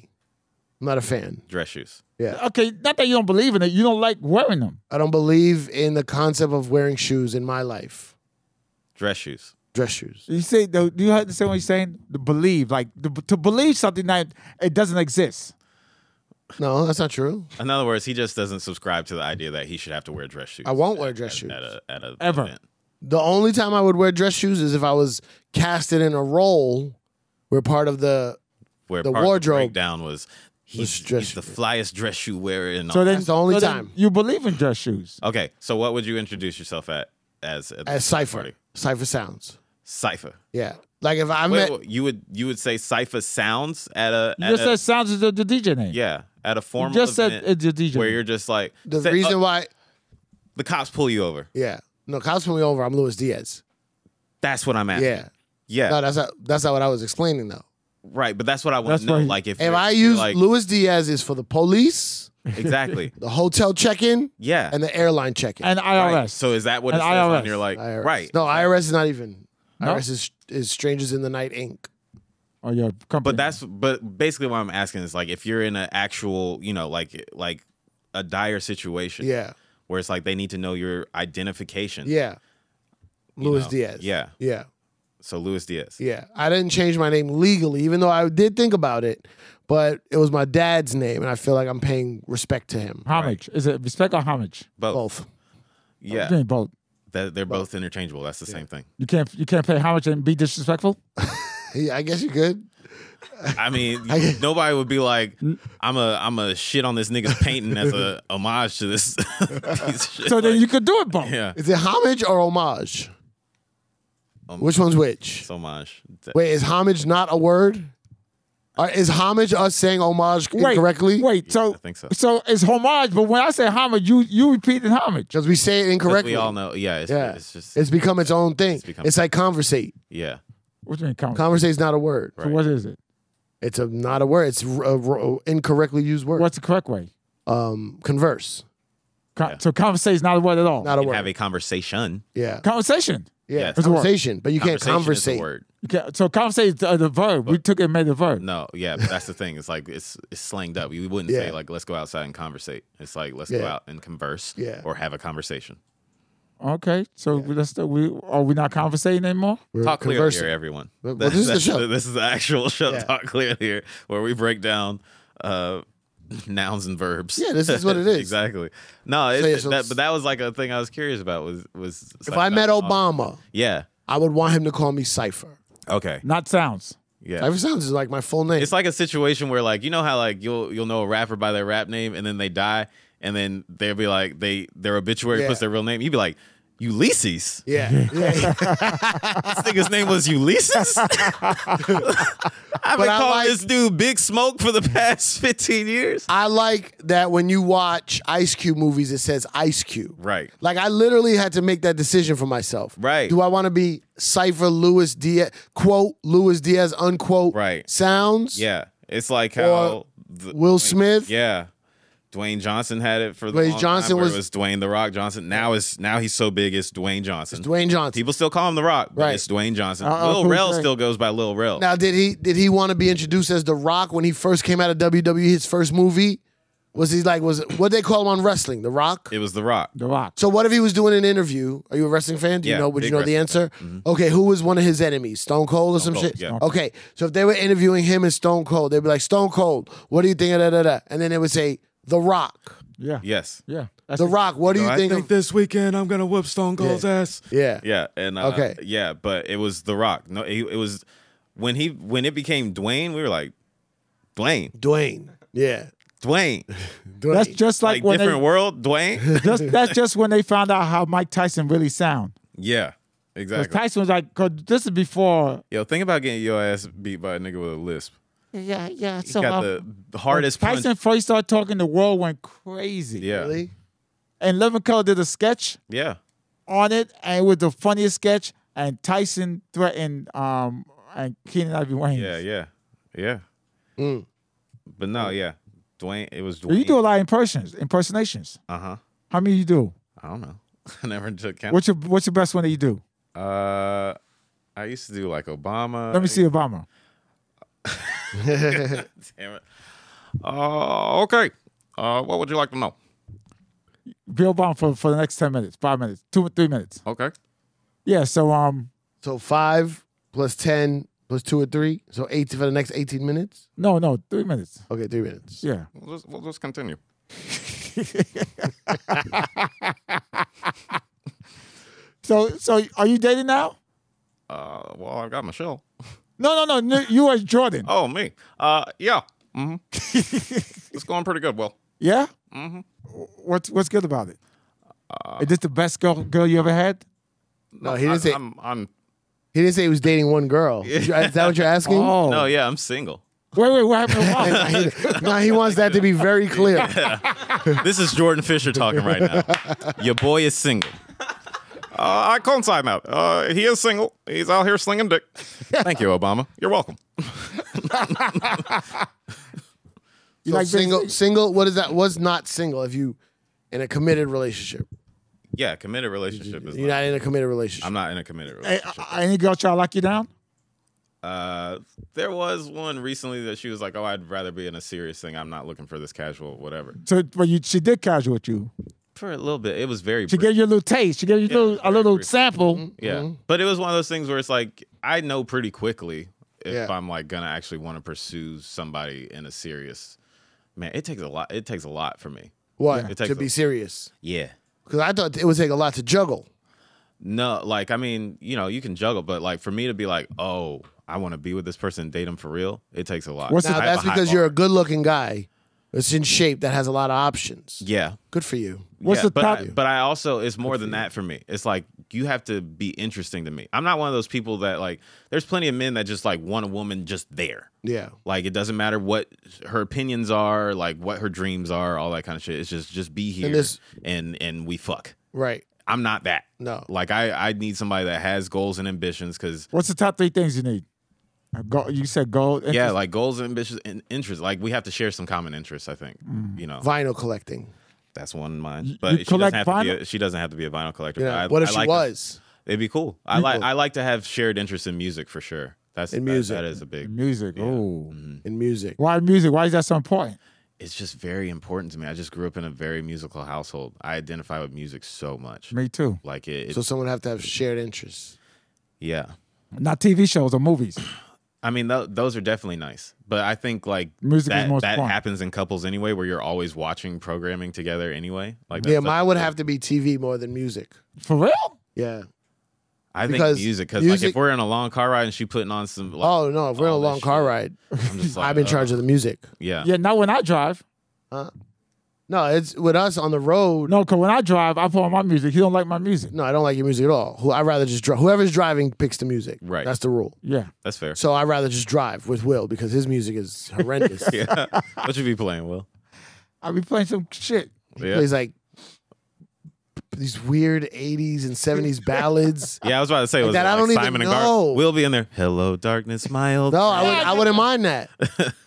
Speaker 2: I'm not a fan.
Speaker 4: dress shoes.
Speaker 2: Yeah.
Speaker 3: okay, not that you don't believe in it, you don't like wearing them.
Speaker 2: I don't believe in the concept of wearing shoes in my life.
Speaker 4: Dress shoes.
Speaker 2: Dress shoes.
Speaker 3: You say though, do you understand what you're saying? The believe, like the, to believe something that it doesn't exist.
Speaker 2: No, that's not true.
Speaker 4: In other words, he just doesn't subscribe to the idea that he should have to wear dress shoes.
Speaker 2: I won't wear dress
Speaker 4: at,
Speaker 2: shoes.
Speaker 4: at a, at a
Speaker 3: Ever.
Speaker 4: event.
Speaker 2: The only time I would wear dress shoes is if I was casted in a role where part of the
Speaker 4: Where
Speaker 2: The
Speaker 4: part of
Speaker 2: wardrobe
Speaker 4: breakdown was he's,
Speaker 2: dress
Speaker 4: he's the
Speaker 2: shoes.
Speaker 4: flyest dress shoe wearer in.
Speaker 3: So
Speaker 4: all.
Speaker 3: then,
Speaker 2: That's the only
Speaker 3: so then
Speaker 2: time.
Speaker 3: you believe in dress shoes.
Speaker 4: okay, so what would you introduce yourself at as at
Speaker 2: as
Speaker 4: this
Speaker 2: Cypher.
Speaker 4: party?
Speaker 2: Cypher sounds.
Speaker 4: Cipher.
Speaker 2: Yeah. Like if I met
Speaker 4: Wait, wait, you would you would say Cipher sounds at a
Speaker 3: You
Speaker 4: at
Speaker 3: just
Speaker 4: a,
Speaker 3: said sounds is the, the DJ name.
Speaker 4: yeah at a formal
Speaker 3: just said
Speaker 4: event
Speaker 3: it's your DJ.
Speaker 4: where you're just like
Speaker 2: the
Speaker 4: say,
Speaker 2: reason
Speaker 4: "Oh,
Speaker 2: why
Speaker 4: the cops pull you over.
Speaker 2: Yeah. No, cops put me over, I'm Luis Diaz.
Speaker 4: That's what I'm asking.
Speaker 2: Yeah.
Speaker 4: yeah,
Speaker 2: No, that's not that's not what I was explaining though.
Speaker 4: right. But that's what I want
Speaker 3: That's
Speaker 4: to know.
Speaker 3: why-
Speaker 4: Like if
Speaker 2: If
Speaker 4: you're-
Speaker 2: I
Speaker 4: you're
Speaker 2: use
Speaker 4: like,
Speaker 2: Luis Diaz is for the police,
Speaker 4: exactly
Speaker 2: the hotel check-in,
Speaker 4: yeah
Speaker 2: and the airline check-in.
Speaker 3: And
Speaker 4: Right.
Speaker 3: IRS.
Speaker 4: So is that what
Speaker 3: And
Speaker 4: it says on
Speaker 3: IRS.
Speaker 4: your like
Speaker 2: IRS.
Speaker 4: right?
Speaker 2: No, IRS is not even.
Speaker 3: No?
Speaker 2: IRS is is Strangers in the Night Inc.
Speaker 3: or your company.
Speaker 4: But that's but basically what I'm asking is like if you're in an actual you know like like a dire situation
Speaker 2: Yeah,
Speaker 4: where it's like they need to know your identification
Speaker 2: yeah.
Speaker 4: you
Speaker 2: Luis
Speaker 4: know?
Speaker 2: Diaz.
Speaker 4: yeah
Speaker 2: yeah,
Speaker 4: so Luis Diaz
Speaker 2: yeah. I didn't change my name legally, even though I did think about it. But it was my dad's name, and I feel like I'm paying respect to him.
Speaker 3: homage. Is it respect or homage?
Speaker 4: both,
Speaker 2: Both.
Speaker 4: yeah
Speaker 3: You ain't both.
Speaker 4: That- they're both interchangeable that's the same thing
Speaker 3: You can't you can't pay homage and be disrespectful.
Speaker 2: Yeah, I guess you could.
Speaker 4: I mean nobody would be like I'm a I'm a shit on this nigga's painting as a homage to this piece of shit.
Speaker 3: So then
Speaker 4: Like,
Speaker 3: you could do it both.
Speaker 4: yeah
Speaker 2: Is it homage or homage? which one's which?
Speaker 4: Um, it's homage
Speaker 2: Wait, is homage not a word? Or is homage us saying homage
Speaker 3: Wait,
Speaker 2: incorrectly?
Speaker 3: Wait, so
Speaker 4: I think so.
Speaker 3: So it's homage, but when I say homage, you you repeating homage.
Speaker 2: because we say it incorrectly.
Speaker 4: we all know yeah it's,
Speaker 2: Yeah,
Speaker 4: it's just
Speaker 2: it's become its own thing. It's,
Speaker 4: become-
Speaker 2: like conversate.
Speaker 4: yeah
Speaker 3: What do you mean count?
Speaker 2: Conversate's not a word.
Speaker 3: So what is it?
Speaker 2: It's a not a word. It's r- a r- incorrectly used word.
Speaker 3: What's the correct way?
Speaker 2: um converse?
Speaker 3: Con- So conversation is not a word at all.
Speaker 2: Not a
Speaker 4: You have
Speaker 2: word.
Speaker 4: a conversation
Speaker 2: yeah.
Speaker 3: conversation.
Speaker 2: yeah.
Speaker 4: yes. It's a
Speaker 3: word.
Speaker 2: Conversation, but you can't
Speaker 4: Conversation is the
Speaker 2: conversate.
Speaker 4: word.
Speaker 3: You can't- so conversation is uh, the, the verb. we took it and made it a verb.
Speaker 4: No, yeah, but that's the thing. It's like it's it's slanged up. You wouldn't
Speaker 2: Yeah.
Speaker 4: say like let's go outside and conversate. It's like let's go
Speaker 2: Yeah.
Speaker 4: out and converse
Speaker 2: Yeah.
Speaker 4: or have a conversation.
Speaker 3: Okay, so we let's we are we not conversating anymore?
Speaker 2: We're
Speaker 4: Talk clear
Speaker 2: conversing.
Speaker 4: here, everyone.
Speaker 2: Well, well, this is the
Speaker 4: That's-
Speaker 2: show.
Speaker 4: This is the actual show.
Speaker 2: Yeah.
Speaker 4: Talk clear here, where we break down uh, nouns and verbs.
Speaker 2: Yeah, this is what it is.
Speaker 4: exactly. No, it's,
Speaker 2: yeah, so
Speaker 4: that,
Speaker 2: it's-
Speaker 4: but that was like a thing I was curious about. Was was
Speaker 2: If I met Obama,
Speaker 4: Yeah.
Speaker 2: I would want him to call me Cipher.
Speaker 4: Okay.
Speaker 3: Not sounds.
Speaker 4: Yeah.
Speaker 2: Cipher sounds is like my full name.
Speaker 4: It's like a situation where like you know how like you'll you'll know a rapper by their rap name and then they die and then they'll be like they their obituary
Speaker 2: Yeah.
Speaker 4: puts their real name. You'd be like, Ulysses.
Speaker 2: Yeah, yeah.
Speaker 4: This nigga's name was Ulysses. I've
Speaker 2: But
Speaker 4: been
Speaker 2: I
Speaker 4: calling
Speaker 2: like-
Speaker 4: this dude Big Smoke for the past 15 years.
Speaker 2: I like that when you watch Ice Cube movies, it says Ice Cube.
Speaker 4: Right.
Speaker 2: Like I literally had to make that decision for myself.
Speaker 4: Right.
Speaker 2: Do I want to be Cipher Lewis Diaz quote Lewis Diaz unquote
Speaker 4: Right.
Speaker 2: sounds?
Speaker 4: Yeah, it's like how the,
Speaker 2: Will Smith.
Speaker 4: Yeah, Dwayne Johnson had it for the
Speaker 2: Dwayne
Speaker 4: long time
Speaker 2: Johnson
Speaker 4: where
Speaker 2: was-
Speaker 4: it was Dwayne the Rock Johnson. Now it's now he's so big it's Dwayne Johnson.
Speaker 2: Dwayne Johnson.
Speaker 4: People still call him the Rock, but
Speaker 2: Right. Uh-uh.
Speaker 4: it's Dwayne Johnson.
Speaker 3: Uh-oh,
Speaker 4: Lil
Speaker 3: who's
Speaker 4: Rel
Speaker 3: that?
Speaker 4: still goes by Lil Rel.
Speaker 2: Now did he did he want to be introduced as The Rock when he first came out of WWE? His first movie was he like was what they call him on wrestling? The Rock.
Speaker 4: it was the Rock.
Speaker 3: The Rock.
Speaker 2: So what if he was doing an interview? Are you a wrestling fan? Do you
Speaker 4: Yeah,
Speaker 2: know? Would you
Speaker 4: big
Speaker 2: know the
Speaker 4: wrestling Mm-hmm.
Speaker 2: answer? Okay, who was one of his enemies? Stone Cold or some
Speaker 4: Cold,
Speaker 2: shit.
Speaker 4: yeah.
Speaker 2: Okay, so if they were interviewing him and Stone Cold, they'd be like, Stone Cold, what do you think of da da da? And then they would say, The Rock,
Speaker 3: Yeah.
Speaker 4: Yes.
Speaker 3: Yeah. That's
Speaker 2: The
Speaker 3: it.
Speaker 2: Rock, what do you
Speaker 4: I
Speaker 2: think?
Speaker 4: think
Speaker 2: of-"
Speaker 4: this weekend I'm gonna whoop Stone Cold's ass.
Speaker 2: yeah,
Speaker 4: Yeah, and uh,
Speaker 2: Okay.
Speaker 4: yeah, but it was the Rock. No, it, it was when he when it became Dwayne. We were like, Dwayne,
Speaker 2: Dwayne. Yeah,
Speaker 4: Dwayne,
Speaker 2: Dwayne.
Speaker 3: That's just like,
Speaker 4: like,
Speaker 3: when
Speaker 4: different
Speaker 3: they,
Speaker 4: world, Dwayne.
Speaker 3: just, that's just when they found out how Mike Tyson really sound.
Speaker 4: yeah,
Speaker 3: 'Cause
Speaker 4: exactly.
Speaker 3: Tyson was like, cause this is before.
Speaker 4: Yo, think about getting your ass beat by a nigga with a lisp.
Speaker 3: Yeah, yeah.
Speaker 4: He
Speaker 3: So
Speaker 4: got
Speaker 3: um,
Speaker 4: the hardest punch.
Speaker 3: Tyson first started talking, the world went crazy.
Speaker 4: yeah,
Speaker 2: really?
Speaker 3: And Love and Color did a sketch
Speaker 4: yeah,
Speaker 3: on it, and it was the funniest sketch. And Tyson threatened um and Keenan Ivory Wayans.
Speaker 4: yeah, yeah, yeah.
Speaker 2: Mm.
Speaker 4: But no, yeah, Dwayne. It was
Speaker 3: Well,
Speaker 4: Dwayne.
Speaker 3: You do a lot of impersonations. Impersonations.
Speaker 4: uh huh.
Speaker 3: How many you do?
Speaker 4: I don't know. I never took count.
Speaker 3: What's your What's your best one that you do?
Speaker 4: uh, I used to do like Obama.
Speaker 3: Let me see Obama.
Speaker 4: Damn it. Uh, okay. Uh, what would you like to know?
Speaker 3: Bill Obama for, for the next ten minutes, five minutes, two three minutes.
Speaker 4: Okay.
Speaker 3: Yeah. So um
Speaker 2: So five plus ten plus two or three, so eight for the next eighteen minutes.
Speaker 3: no no three minutes.
Speaker 2: Okay, three minutes.
Speaker 3: Yeah.
Speaker 4: We'll just, we'll just continue.
Speaker 3: So so are you dating now?
Speaker 4: Uh, well, I've got Michelle.
Speaker 3: No no no. n- You as Jordan.
Speaker 4: Oh, me. Uh, yeah. Mm-hmm. it's going pretty good, Will.
Speaker 3: Yeah. Mm-hmm. What's What's good about it? Is this the best girl girl you ever had?
Speaker 2: No, he didn't say.
Speaker 4: I'm, I'm,
Speaker 2: He didn't say he was dating one girl. Is that what you're asking?
Speaker 3: Oh.
Speaker 4: No, yeah, I'm single.
Speaker 3: Wait wait. What happened? to Obama?
Speaker 2: no, he wants that to be very clear.
Speaker 4: This is Jordan Fisher talking right now. Your boy is single. Uh, I call him time out. Uh, he is single. He's out here slinging dick. Thank you, Obama. You're welcome.
Speaker 2: So
Speaker 3: like being
Speaker 2: single, single. What is that? Was not single if you in a committed relationship.
Speaker 4: Yeah, committed relationship is.
Speaker 2: You're
Speaker 4: Not,
Speaker 2: not in a committed relationship.
Speaker 4: I'm not in a committed relationship.
Speaker 3: Hey, uh, any girl try to lock you down?
Speaker 4: Uh, there was one recently that she was like, "Oh, I'd rather be in a serious thing. I'm not looking for this casual, whatever."
Speaker 3: So but you she did casual with you.
Speaker 4: For a little bit, it was very
Speaker 3: She
Speaker 4: brief.
Speaker 3: gave you a little taste. She gave you a little, a
Speaker 4: very
Speaker 3: little
Speaker 4: brief.
Speaker 3: sample.
Speaker 4: yeah,
Speaker 2: Mm-hmm.
Speaker 4: but it was one of those things where it's like I know pretty quickly if
Speaker 2: Yeah.
Speaker 4: I'm like gonna actually want to pursue somebody in a serious. Man, it takes a lot. It takes a lot for me.
Speaker 2: what
Speaker 4: It takes
Speaker 2: to be
Speaker 4: a-
Speaker 2: serious?
Speaker 4: Yeah.
Speaker 2: Because I thought it would take a lot to juggle.
Speaker 4: No, like I mean, you know, you can juggle, but like for me to be like, "Oh, I want to be with this person, date him for real," it takes a lot.
Speaker 3: What's the-
Speaker 2: Now
Speaker 4: I have
Speaker 2: that's
Speaker 4: a high
Speaker 2: because you're a
Speaker 4: bar.
Speaker 2: good-looking guy that's in shape that has a lot of options.
Speaker 4: yeah.
Speaker 2: Good for you.
Speaker 3: What's the
Speaker 4: but
Speaker 3: top-
Speaker 4: I, but I also it's more than that for me. It's like you have to be interesting to me. I'm not one of those people that like. There's plenty of men that just like want a woman just there.
Speaker 2: Yeah.
Speaker 4: Like it doesn't matter what her opinions are, like what her dreams are, all that kind of shit. It's just just be here and
Speaker 2: this-
Speaker 4: and, we fuck.
Speaker 2: Right.
Speaker 4: I'm not that.
Speaker 2: No.
Speaker 4: Like I I need somebody that has goals and ambitions because
Speaker 3: What's the top three things you need? A go- you said gold.
Speaker 4: yeah, like goals and ambitions and interests. Like we have to share some common interests. I think you know
Speaker 2: Vinyl collecting.
Speaker 4: that's one of mine.
Speaker 3: You-
Speaker 4: But
Speaker 3: you
Speaker 4: she doesn't
Speaker 3: collect
Speaker 4: have to be.
Speaker 3: vinyl?
Speaker 4: A, she doesn't have to be a vinyl collector.
Speaker 2: You know,
Speaker 4: but I-
Speaker 2: what if
Speaker 4: I
Speaker 2: she
Speaker 4: like her-
Speaker 2: was?
Speaker 4: It'd be cool. I like
Speaker 2: cool.
Speaker 4: I like to have shared interest in music for sure. That's
Speaker 2: In
Speaker 4: that-
Speaker 2: music.
Speaker 4: that is a big.
Speaker 3: music. Oh,
Speaker 4: Mm-hmm. Mm.
Speaker 2: in music?
Speaker 3: why music? Why is that so important?
Speaker 4: It's just very important to me. I just grew up in a very musical household. I identify with music so much.
Speaker 3: Me too.
Speaker 4: Like it, it
Speaker 2: So someone have to have shared interests.
Speaker 4: yeah.
Speaker 3: Not TV shows or movies.
Speaker 4: I mean, th- those are definitely nice, but I think like
Speaker 3: Music is
Speaker 4: that,
Speaker 3: most
Speaker 4: that
Speaker 3: fun.
Speaker 4: happens in couples anyway, where you're always watching programming together anyway. Like
Speaker 2: yeah,
Speaker 4: that's-
Speaker 2: mine would have to be TV more than music.
Speaker 3: For real?
Speaker 2: Yeah.
Speaker 4: I think
Speaker 2: because
Speaker 4: music because like
Speaker 2: music-
Speaker 4: if we're in a long car ride and she putting on some, like,
Speaker 2: Oh no, if we're on a
Speaker 4: all this
Speaker 2: long car ride,
Speaker 4: I'm just like,
Speaker 2: I'm in
Speaker 4: uh,
Speaker 2: charge of the music.
Speaker 4: Yeah,
Speaker 3: Yeah. Not when I drive.
Speaker 2: Huh? No, it's with us on the road.
Speaker 3: No, cause when I drive, I put on my music. He don't like my music.
Speaker 2: No, I don't like your music at all. Who I rather just drive. Whoever's driving picks the music.
Speaker 4: Right.
Speaker 2: That's the rule.
Speaker 3: Yeah.
Speaker 4: That's fair.
Speaker 2: So I rather just drive with Will because his music is horrendous. yeah.
Speaker 4: what you be playing, Will?
Speaker 3: I be playing some shit.
Speaker 2: He
Speaker 4: Yeah.
Speaker 2: plays like these weird '80s and '70s ballads.
Speaker 4: Yeah, I was about to say, was
Speaker 2: that
Speaker 4: it
Speaker 2: I
Speaker 4: like
Speaker 2: don't even
Speaker 4: Simon and
Speaker 2: know.
Speaker 4: Garfunkel? We'll be in there. Hello, darkness, my old.
Speaker 2: No,
Speaker 4: friend."
Speaker 2: I, would, I wouldn't mind that.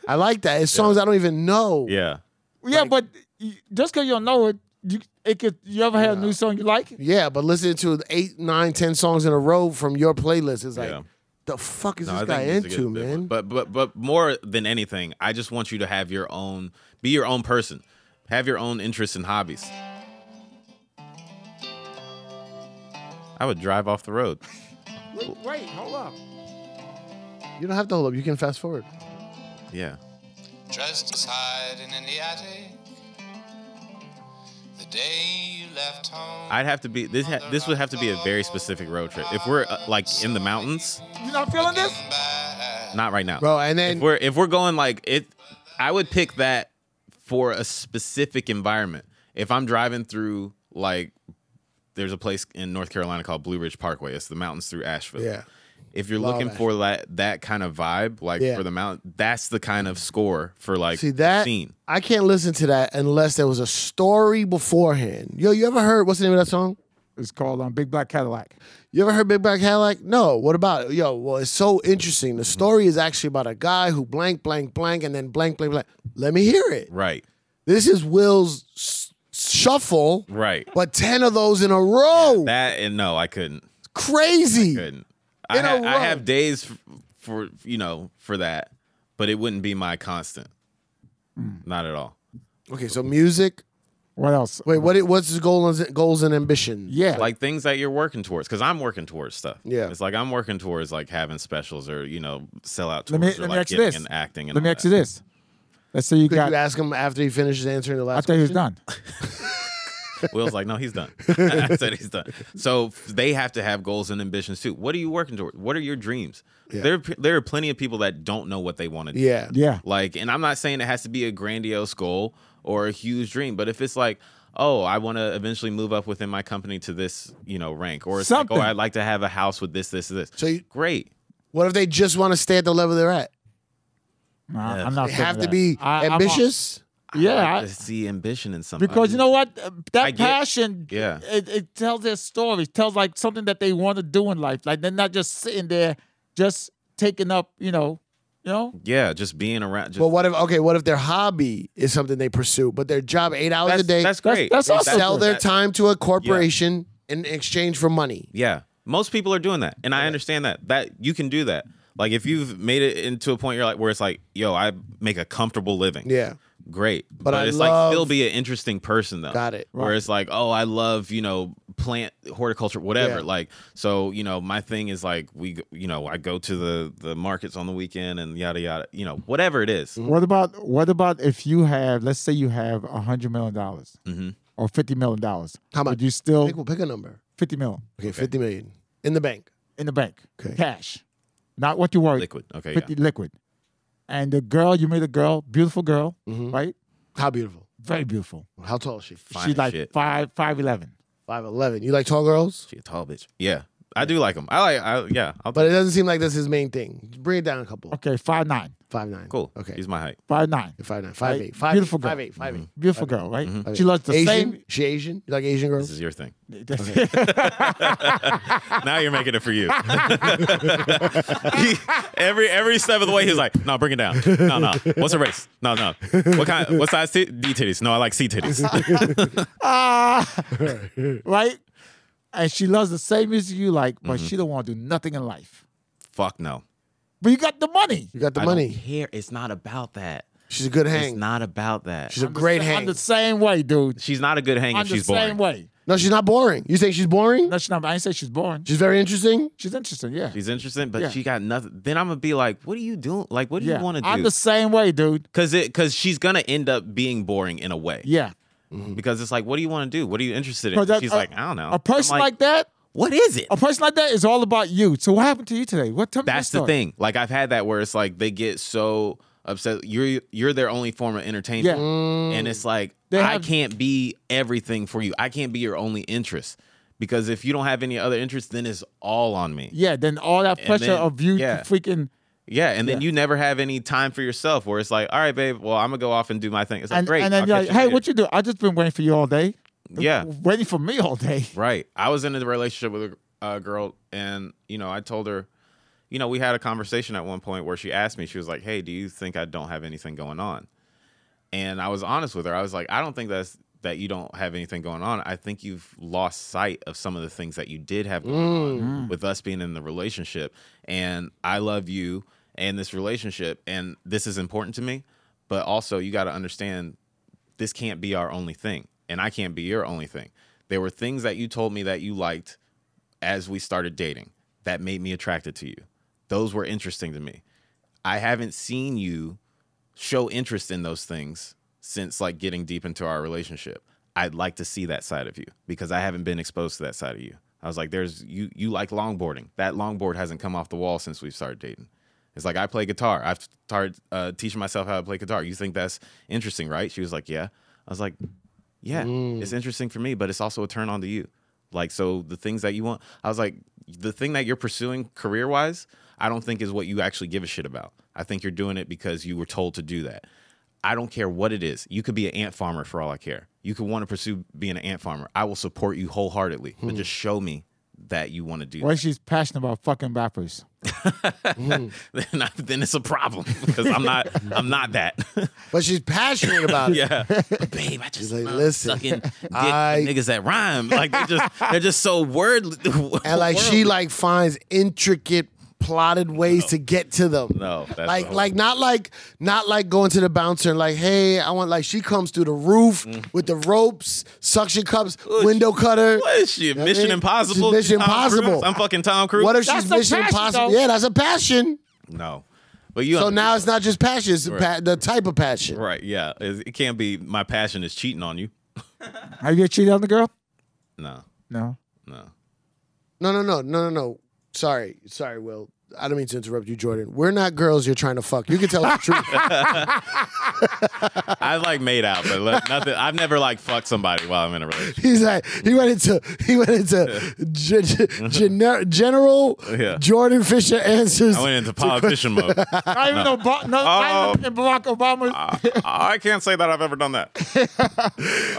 Speaker 2: I like that. It's songs I don't even know.
Speaker 4: Yeah.
Speaker 3: Yeah, but you- just cause you don't know it, you it could. You ever had a new song you like?
Speaker 2: Yeah, but listening to eight, nine, ten songs in a row from your playlist is like,
Speaker 4: Yeah.
Speaker 2: the fuck is
Speaker 4: No,
Speaker 2: this
Speaker 4: I
Speaker 2: guy
Speaker 4: think music is
Speaker 2: into,
Speaker 4: different.
Speaker 2: man?
Speaker 4: But but but more than anything, I just want you to have your own, be your own person, have your own interests and hobbies. I would drive off the road.
Speaker 3: Wait, wait, hold up.
Speaker 2: you don't have to hold up. You can fast forward.
Speaker 4: Yeah.
Speaker 5: Just as hiding in the attic the day you left home.
Speaker 4: I'd have to be this. Ha- this would have to be a very specific road trip. If we're uh, like in the mountains,
Speaker 3: You not feeling this?
Speaker 5: Back.
Speaker 4: not right now,
Speaker 2: Bro, and then-
Speaker 4: if we're if we're going like it, I would pick that for a specific environment. If I'm driving through like, there's a place in North Carolina called Blue Ridge Parkway. It's the mountains through Asheville.
Speaker 2: Yeah.
Speaker 4: If you're
Speaker 2: Love
Speaker 4: looking for that that kind of vibe, like
Speaker 2: Yeah.
Speaker 4: for the mountain, that's the kind of score for like
Speaker 2: See that?
Speaker 4: the scene.
Speaker 2: I can't listen to that unless there was a story beforehand. Yo, you ever heard what's the name of that song?
Speaker 3: It's called um, Big Black Cadillac.
Speaker 2: You ever heard Big Black Cadillac? No. What about it? Yo, well, it's so interesting. The story is actually about a guy who blank, blank, blank, and then blank, blank, blank. Let me hear it.
Speaker 4: Right.
Speaker 2: This is Will's s- shuffle,
Speaker 4: Right.
Speaker 2: but 10 of those in a row.
Speaker 4: That and no, I couldn't.
Speaker 2: Crazy.
Speaker 4: couldn't. I,
Speaker 2: In a
Speaker 4: ha- I
Speaker 2: row.
Speaker 4: have days f- for you know for that, but it wouldn't be my constant. Not at all.
Speaker 2: Okay, so music.
Speaker 3: What else?
Speaker 2: Wait, what? it- What's his goals, goals and ambition?
Speaker 3: Yeah.
Speaker 4: Like things that you're working towards, because I'm working towards stuff.
Speaker 2: Yeah.
Speaker 4: it's like I'm working towards like having specials or you know sell out
Speaker 3: let me
Speaker 4: tours or
Speaker 3: let me
Speaker 4: like
Speaker 3: ask you
Speaker 4: getting
Speaker 3: this.
Speaker 4: and acting. And
Speaker 3: let me
Speaker 4: all
Speaker 3: ask
Speaker 4: that.
Speaker 3: you this. Let's say you
Speaker 2: Could
Speaker 3: got.
Speaker 2: you ask him after he finishes answering the
Speaker 3: I
Speaker 2: last?
Speaker 3: thought he was
Speaker 2: question?
Speaker 3: done.
Speaker 4: Will's like, no, he's done. I said he's done. So they have to have goals and ambitions too. What are you working towards? What are your dreams? There, there are plenty of people that don't know what they want to do.
Speaker 2: Yeah.
Speaker 3: Yeah.
Speaker 4: Like, and I'm not saying it has to be a grandiose goal or a huge dream, but if it's like, oh, I want to eventually move up within my company to this, you know, rank, or it's
Speaker 3: Something.
Speaker 4: like, oh, I'd like to have a house with this, this, this.
Speaker 2: So you-
Speaker 4: great.
Speaker 2: What if they just want to stay at the level they're at?
Speaker 3: Nah,
Speaker 4: Yeah.
Speaker 3: I'm not.
Speaker 2: They have
Speaker 3: feeling
Speaker 2: to
Speaker 3: that.
Speaker 2: be
Speaker 3: I- I'm a-
Speaker 2: ambitious.
Speaker 3: yeah.
Speaker 4: I
Speaker 3: I-
Speaker 4: like to see ambition in something.
Speaker 3: Because you know what, Uh, that
Speaker 4: I get-
Speaker 3: passion,
Speaker 4: yeah.
Speaker 3: it, it tells their stories, tells like something that they want to do in life. Like they're not just sitting there, just taking up, you know, you know.
Speaker 4: yeah, just being around. Just,
Speaker 2: but what if? Okay, what if their hobby is something they pursue, but their job eight hours
Speaker 4: that's,
Speaker 2: a day?
Speaker 4: that's
Speaker 3: That's-
Speaker 4: great.
Speaker 3: that's
Speaker 2: they
Speaker 3: awesome.
Speaker 2: sell their
Speaker 4: that-
Speaker 2: time to a corporation in exchange for money.
Speaker 4: Yeah. Most people are doing that. And I understand that. That you can do that. Like if you've made it into a point you're like where it's like, yo, I make a comfortable living.
Speaker 2: Yeah.
Speaker 4: Great. But,
Speaker 2: I
Speaker 4: it's
Speaker 2: love-
Speaker 4: like still be an interesting person though.
Speaker 2: Got it.
Speaker 4: Where it's like, oh, I love, you know, plant horticulture, whatever.
Speaker 2: Yeah.
Speaker 4: Like, so, you know, my thing is like we g- you know, I go to the the markets on the weekend and yada yada, you know, whatever it is.
Speaker 2: Mm-hmm.
Speaker 3: Mm-hmm. What about what about if you have, let's say you have a hundred million dollars
Speaker 4: Mm-hmm.
Speaker 3: or fifty million dollars?
Speaker 2: How much?
Speaker 3: Would you still
Speaker 2: Pick, pick a number.
Speaker 3: fifty million
Speaker 2: Okay, fifty million in the bank.
Speaker 3: in the bank,
Speaker 2: Okay.
Speaker 3: cash, not what you worry,
Speaker 4: Liquid. Okay.
Speaker 3: fifty
Speaker 4: Yeah.
Speaker 3: liquid, and the girl you made a girl, beautiful girl,
Speaker 2: Mm-hmm.
Speaker 3: right?
Speaker 2: How beautiful?
Speaker 3: Very beautiful.
Speaker 2: How tall is she?
Speaker 4: Fine
Speaker 3: She's
Speaker 4: as
Speaker 3: like
Speaker 4: shit.
Speaker 3: five five eleven.
Speaker 2: Five eleven. You like tall girls?
Speaker 4: She a tall bitch. Yeah. I do like them. I like I yeah, I'll
Speaker 2: But it doesn't seem like that's his main thing. Bring it down a couple.
Speaker 3: Okay, five nine,
Speaker 2: Five nine.
Speaker 4: cool.
Speaker 2: Okay.
Speaker 4: He's my height.
Speaker 3: five nine.
Speaker 2: Five nine. Five
Speaker 3: Right?
Speaker 2: eight. Five
Speaker 3: Beautiful
Speaker 2: eight,
Speaker 3: girl.
Speaker 2: Five eight. Five eight.
Speaker 3: Beautiful girl, right?
Speaker 4: mm-hmm.
Speaker 2: Five
Speaker 3: She
Speaker 2: eight.
Speaker 3: loves the
Speaker 2: Asian?
Speaker 3: same.
Speaker 2: She Asian? You like Asian
Speaker 4: This
Speaker 2: girls?
Speaker 4: is your thing. now you're making it for you. He- every every step of the way, he's like, "No, bring it down. No, no. What's her race? No, no. What kind? What size? T- D titties? No, I like C titties.
Speaker 3: Ah, right? And she loves the same music you like, but
Speaker 4: Mm-hmm.
Speaker 3: she don't want to do nothing in life.
Speaker 4: Fuck no.
Speaker 3: But you got the money.
Speaker 2: You got the
Speaker 4: I don't
Speaker 2: money.
Speaker 4: care. It's not about that.
Speaker 2: She's a good
Speaker 4: It's
Speaker 2: hang.
Speaker 4: not about that.
Speaker 2: She's a great
Speaker 3: I'm
Speaker 2: hang.
Speaker 3: the same way, dude.
Speaker 4: she's not a good hang
Speaker 3: I'm
Speaker 4: if
Speaker 3: the
Speaker 4: she's
Speaker 3: same
Speaker 4: boring.
Speaker 3: way.
Speaker 2: No, she's not boring. You think she's boring?
Speaker 3: No, she's not. I ain't say she's boring.
Speaker 2: She's very interesting.
Speaker 3: She's interesting, yeah.
Speaker 4: She's interesting, but
Speaker 3: Yeah.
Speaker 4: she got nothing. Then I'm gonna be like, "What are you doing? Like, what do
Speaker 3: yeah.
Speaker 4: you want to
Speaker 3: I'm
Speaker 4: do?"
Speaker 3: the same way, dude.
Speaker 4: Because it because she's gonna end up being boring in a way.
Speaker 3: Yeah.
Speaker 4: Mm-hmm. Because it's like, what do you want to do? What are you interested
Speaker 3: But
Speaker 4: in?
Speaker 3: that-
Speaker 4: She's
Speaker 3: a-
Speaker 4: like, I don't know.
Speaker 3: A
Speaker 4: I'm
Speaker 3: person like, that,
Speaker 4: what is it?
Speaker 3: a person like that is all about you. So what happened to you today? What tell me your
Speaker 4: That's the
Speaker 3: story.
Speaker 4: thing. Like I've had that where it's like they get so obsessed. You're you're their only form of entertainment,
Speaker 3: Yeah.
Speaker 2: Mm,
Speaker 4: and it's like
Speaker 3: They
Speaker 4: I
Speaker 3: have-
Speaker 4: can't be everything for you. I can't be your only interest because if you don't have any other interest, then it's all on me.
Speaker 3: Yeah, then all that pressure
Speaker 4: then-
Speaker 3: of you
Speaker 4: yeah.
Speaker 3: freaking
Speaker 4: Yeah, and then you never have any time for yourself, where it's like, all right, babe, well, I'm gonna go off and do my thing. It's like
Speaker 3: and,
Speaker 4: great.
Speaker 3: and then
Speaker 4: I'll
Speaker 3: you're
Speaker 4: catch
Speaker 3: like, hey,
Speaker 4: later."
Speaker 3: what you do? I just been waiting for you all day.
Speaker 4: Yeah.
Speaker 3: waiting for me all day.
Speaker 4: Right. I was in a relationship with a, a girl, and you know, I told her, you know, we had a conversation at one point where she asked me, she was like, "Hey, do you think I don't have anything going on?" And I was honest with her. I was like, "I don't think that's that you don't have anything going on. I think you've lost sight of some of the things that you did have going on with us being in the relationship. And I love you and this relationship, and this is important to me. But also, you got to understand this can't be our only thing and i can't be your only thing there were things that you told me that you liked as we started dating that made me attracted to you those were interesting to me i haven't seen you show interest in those things since like getting deep into our relationship i'd like to see that side of you because i haven't been exposed to that side of you i was like there's you you like longboarding that longboard hasn't come off the wall since we started dating it's like I play guitar. I've started uh, teaching myself how to play guitar. You think that's interesting, right? She was like, Yeah. I was like, Yeah, it's interesting for me, but it's also a turn on to you. Like, so the things that you want, I was like, the thing that you're pursuing career wise, I don't think is what you actually give a shit about. I think you're doing it because you were told to do that. I don't care what it is. You could be an ant farmer for all I care. You could want to pursue being an ant farmer. I will support you wholeheartedly, but just show me that you want to do
Speaker 3: Well, she's passionate about fucking rappers.
Speaker 4: then I, then it's a problem because I'm not I'm not that.
Speaker 2: But she's passionate about it.
Speaker 4: yeah, but babe, I just
Speaker 2: like,
Speaker 4: love
Speaker 2: "Listen,
Speaker 4: sucking dick
Speaker 2: I-
Speaker 4: niggas that rhyme. Like they just they're just so word
Speaker 2: And like she
Speaker 4: worldly.
Speaker 2: like finds intricate plotted ways to get to them.
Speaker 4: no that's
Speaker 2: like
Speaker 4: the whole-
Speaker 2: like not like not like going to the bouncer and like hey I want like she comes through the roof
Speaker 3: Mm.
Speaker 2: with the ropes suction cups window cutter
Speaker 4: what is she
Speaker 2: I
Speaker 4: Mission
Speaker 2: mean,
Speaker 4: Impossible
Speaker 2: she's Mission
Speaker 4: Tom Cruise?
Speaker 2: Impossible.
Speaker 4: I'm fucking Tom Cruise
Speaker 2: what if
Speaker 3: That's
Speaker 2: she's
Speaker 3: a
Speaker 2: mission
Speaker 3: passion,
Speaker 2: impossible
Speaker 3: though.
Speaker 2: yeah that's a passion
Speaker 4: no but you
Speaker 2: so
Speaker 4: under-
Speaker 2: now it's not just passion it's the pa- the type of passion
Speaker 4: right yeah it, it can't be my passion is cheating on you
Speaker 3: Have you cheated on the girl?
Speaker 4: no
Speaker 3: No.
Speaker 4: no
Speaker 2: no no no no no no sorry sorry Will I don't mean to interrupt you Jordan we're not girls you're trying to fuck you can tell us the truth
Speaker 4: I like made out but like, nothing I've never like fucked somebody while I'm in a relationship
Speaker 2: He's like he went into he went into ge- ge- gener- general
Speaker 4: Yeah.
Speaker 2: Jordan Fisher answers.
Speaker 4: I went into politician mode
Speaker 3: Not even no. Ba- no
Speaker 4: Oh.
Speaker 3: not even Barack Obama.
Speaker 4: Ah. I can't say that I've ever done that.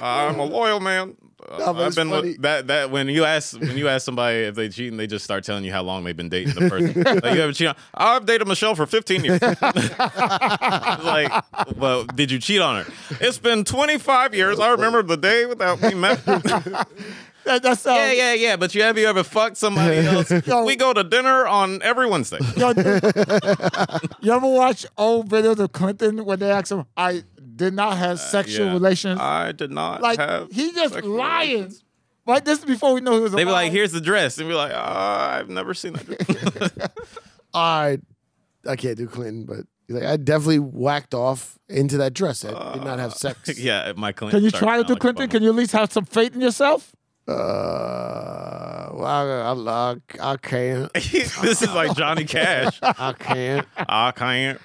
Speaker 4: I'm a loyal man.
Speaker 2: but it's funny.
Speaker 4: that that when you ask when you ask somebody if they cheat and they just start telling you how long they've been dating the person. like you haven't cheated. On, I've dated Michelle for 15 years. like, well, did you cheat on her? It's been 25 years. I remember the day without we met.
Speaker 3: That- that's uh,
Speaker 4: yeah, yeah, yeah. But you have you ever fucked somebody else? we go to dinner on every Wednesday.
Speaker 3: Yo, you ever watch old videos of Clinton when they ask him, "I did not have sexual
Speaker 4: Uh, Yeah.
Speaker 3: relations"?
Speaker 4: I did not
Speaker 3: like
Speaker 4: have
Speaker 3: he just
Speaker 4: sexual
Speaker 3: lying.
Speaker 4: relations.
Speaker 3: Right, this is before we know he was.
Speaker 4: They
Speaker 3: alive.
Speaker 4: were like, "Here's the dress," and we're like, "Ah, "I've never seen that." dress."
Speaker 2: All right, I can't do Clinton, but he's like I definitely whacked off into that dress. I did not have sex.
Speaker 4: Uh, yeah, my Clinton.
Speaker 3: Can you
Speaker 4: started
Speaker 3: try to
Speaker 4: sounding
Speaker 3: do
Speaker 4: like
Speaker 3: Clinton?
Speaker 4: Obama.
Speaker 3: Can you at least have some faith in yourself?"
Speaker 2: Uh, well, I, I, I, I can't.
Speaker 4: this is like Johnny Cash.
Speaker 2: I can't. Uh,
Speaker 4: I can't.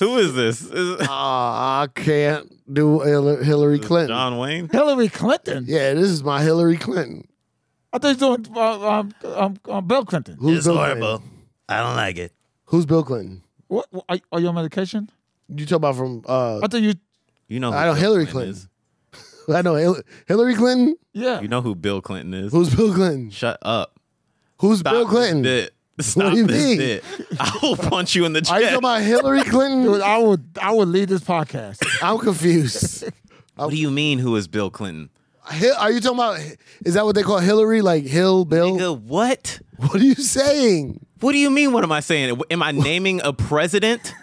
Speaker 4: Who is this? Is it
Speaker 2: I can't do Hil- Hillary Clinton.
Speaker 4: John Wayne?
Speaker 3: Hillary Clinton.
Speaker 2: Yeah, this is my Hillary Clinton.
Speaker 3: I thought he's doing uh, um, um, um, Bill Clinton.
Speaker 2: Who's Bill Clinton?
Speaker 4: I don't like it.
Speaker 2: Who's Bill Clinton?
Speaker 3: What, what- are, are you on medication?
Speaker 2: You talk about from uh,
Speaker 3: I thought you.
Speaker 4: You know. Who
Speaker 2: I know
Speaker 4: Bill
Speaker 2: Hillary
Speaker 4: is.
Speaker 2: Clinton. I know Hil- Hillary Clinton.
Speaker 3: Yeah.
Speaker 4: You know who Bill Clinton is?
Speaker 2: Who's Bill Clinton?
Speaker 4: Shut up.
Speaker 2: Who's
Speaker 4: Stop
Speaker 2: Bill Clinton?
Speaker 4: This bit. Stop
Speaker 2: you
Speaker 4: this
Speaker 2: mean?
Speaker 4: bit. I will punch you in the
Speaker 2: Are you talking
Speaker 4: chest.
Speaker 2: about Hillary
Speaker 3: Dude,
Speaker 2: Clinton?
Speaker 3: I would I would leave this podcast.
Speaker 2: I'm confused.
Speaker 4: What do you mean? Who is Bill Clinton?
Speaker 2: Hi- Are you talking about? Is that what they call Hillary? Like Hill Bill?
Speaker 4: Nigga, what?
Speaker 2: What are you saying?
Speaker 4: What do you mean? What am I saying? Am I naming a president?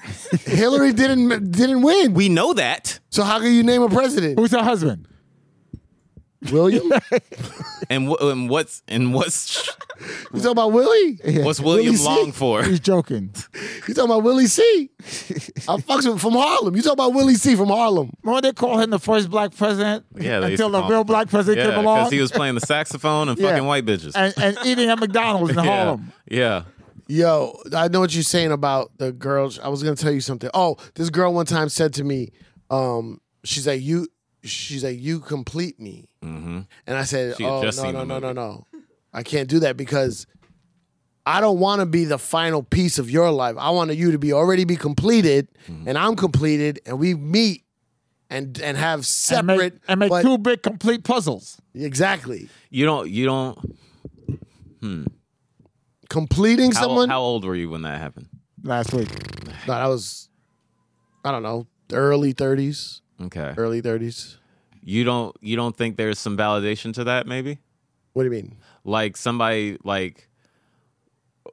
Speaker 2: Hillary didn't didn't win.
Speaker 4: We know that,
Speaker 2: so how can you name a president?
Speaker 3: Who's her husband?
Speaker 2: William? you
Speaker 4: and, wh- and what's and what's
Speaker 2: talking about Willie?
Speaker 4: what's William
Speaker 2: Willie C.
Speaker 4: Long for?
Speaker 3: He's joking.
Speaker 2: You talking about Willie C? I fucks with from Harlem. You talking about Willie C from Harlem?
Speaker 3: Remember they call him the first black president?
Speaker 4: Yeah, they used
Speaker 3: until
Speaker 4: to
Speaker 3: the
Speaker 4: call
Speaker 3: real
Speaker 4: him-
Speaker 3: black president
Speaker 4: Yeah,
Speaker 3: came along
Speaker 4: he was playing the saxophone and
Speaker 3: Yeah.
Speaker 4: fucking white bitches.
Speaker 3: and, and eating at McDonald's in
Speaker 4: yeah.
Speaker 3: Harlem.
Speaker 4: yeah.
Speaker 2: Yo, I know what you're saying about the girls. I was gonna tell you something. Oh, this girl one time said to me, um, she's like, "You," she's like, "You complete me," and I said,
Speaker 4: Mm-hmm. She had
Speaker 2: "Oh
Speaker 4: just
Speaker 2: no,
Speaker 4: seen
Speaker 2: no,
Speaker 4: the
Speaker 2: no, no,
Speaker 4: movie.
Speaker 2: no, I can't do that because I don't want to be the final piece of your life. I want you to be already be completed,
Speaker 4: Mm-hmm.
Speaker 2: and I'm completed, and we meet." And, and have
Speaker 3: and make,
Speaker 2: separate
Speaker 3: and make
Speaker 2: but-
Speaker 3: two big complete puzzles.
Speaker 2: exactly
Speaker 4: You don't. You don't.
Speaker 2: completing
Speaker 4: How,
Speaker 2: someone.
Speaker 4: how old were you when that happened?
Speaker 3: Last week,
Speaker 2: no, that was I don't know early 30s,
Speaker 4: Okay.
Speaker 2: early 30s.
Speaker 4: You don't. You don't think there's some validation to that? Maybe.
Speaker 2: What do you mean?
Speaker 4: like somebody like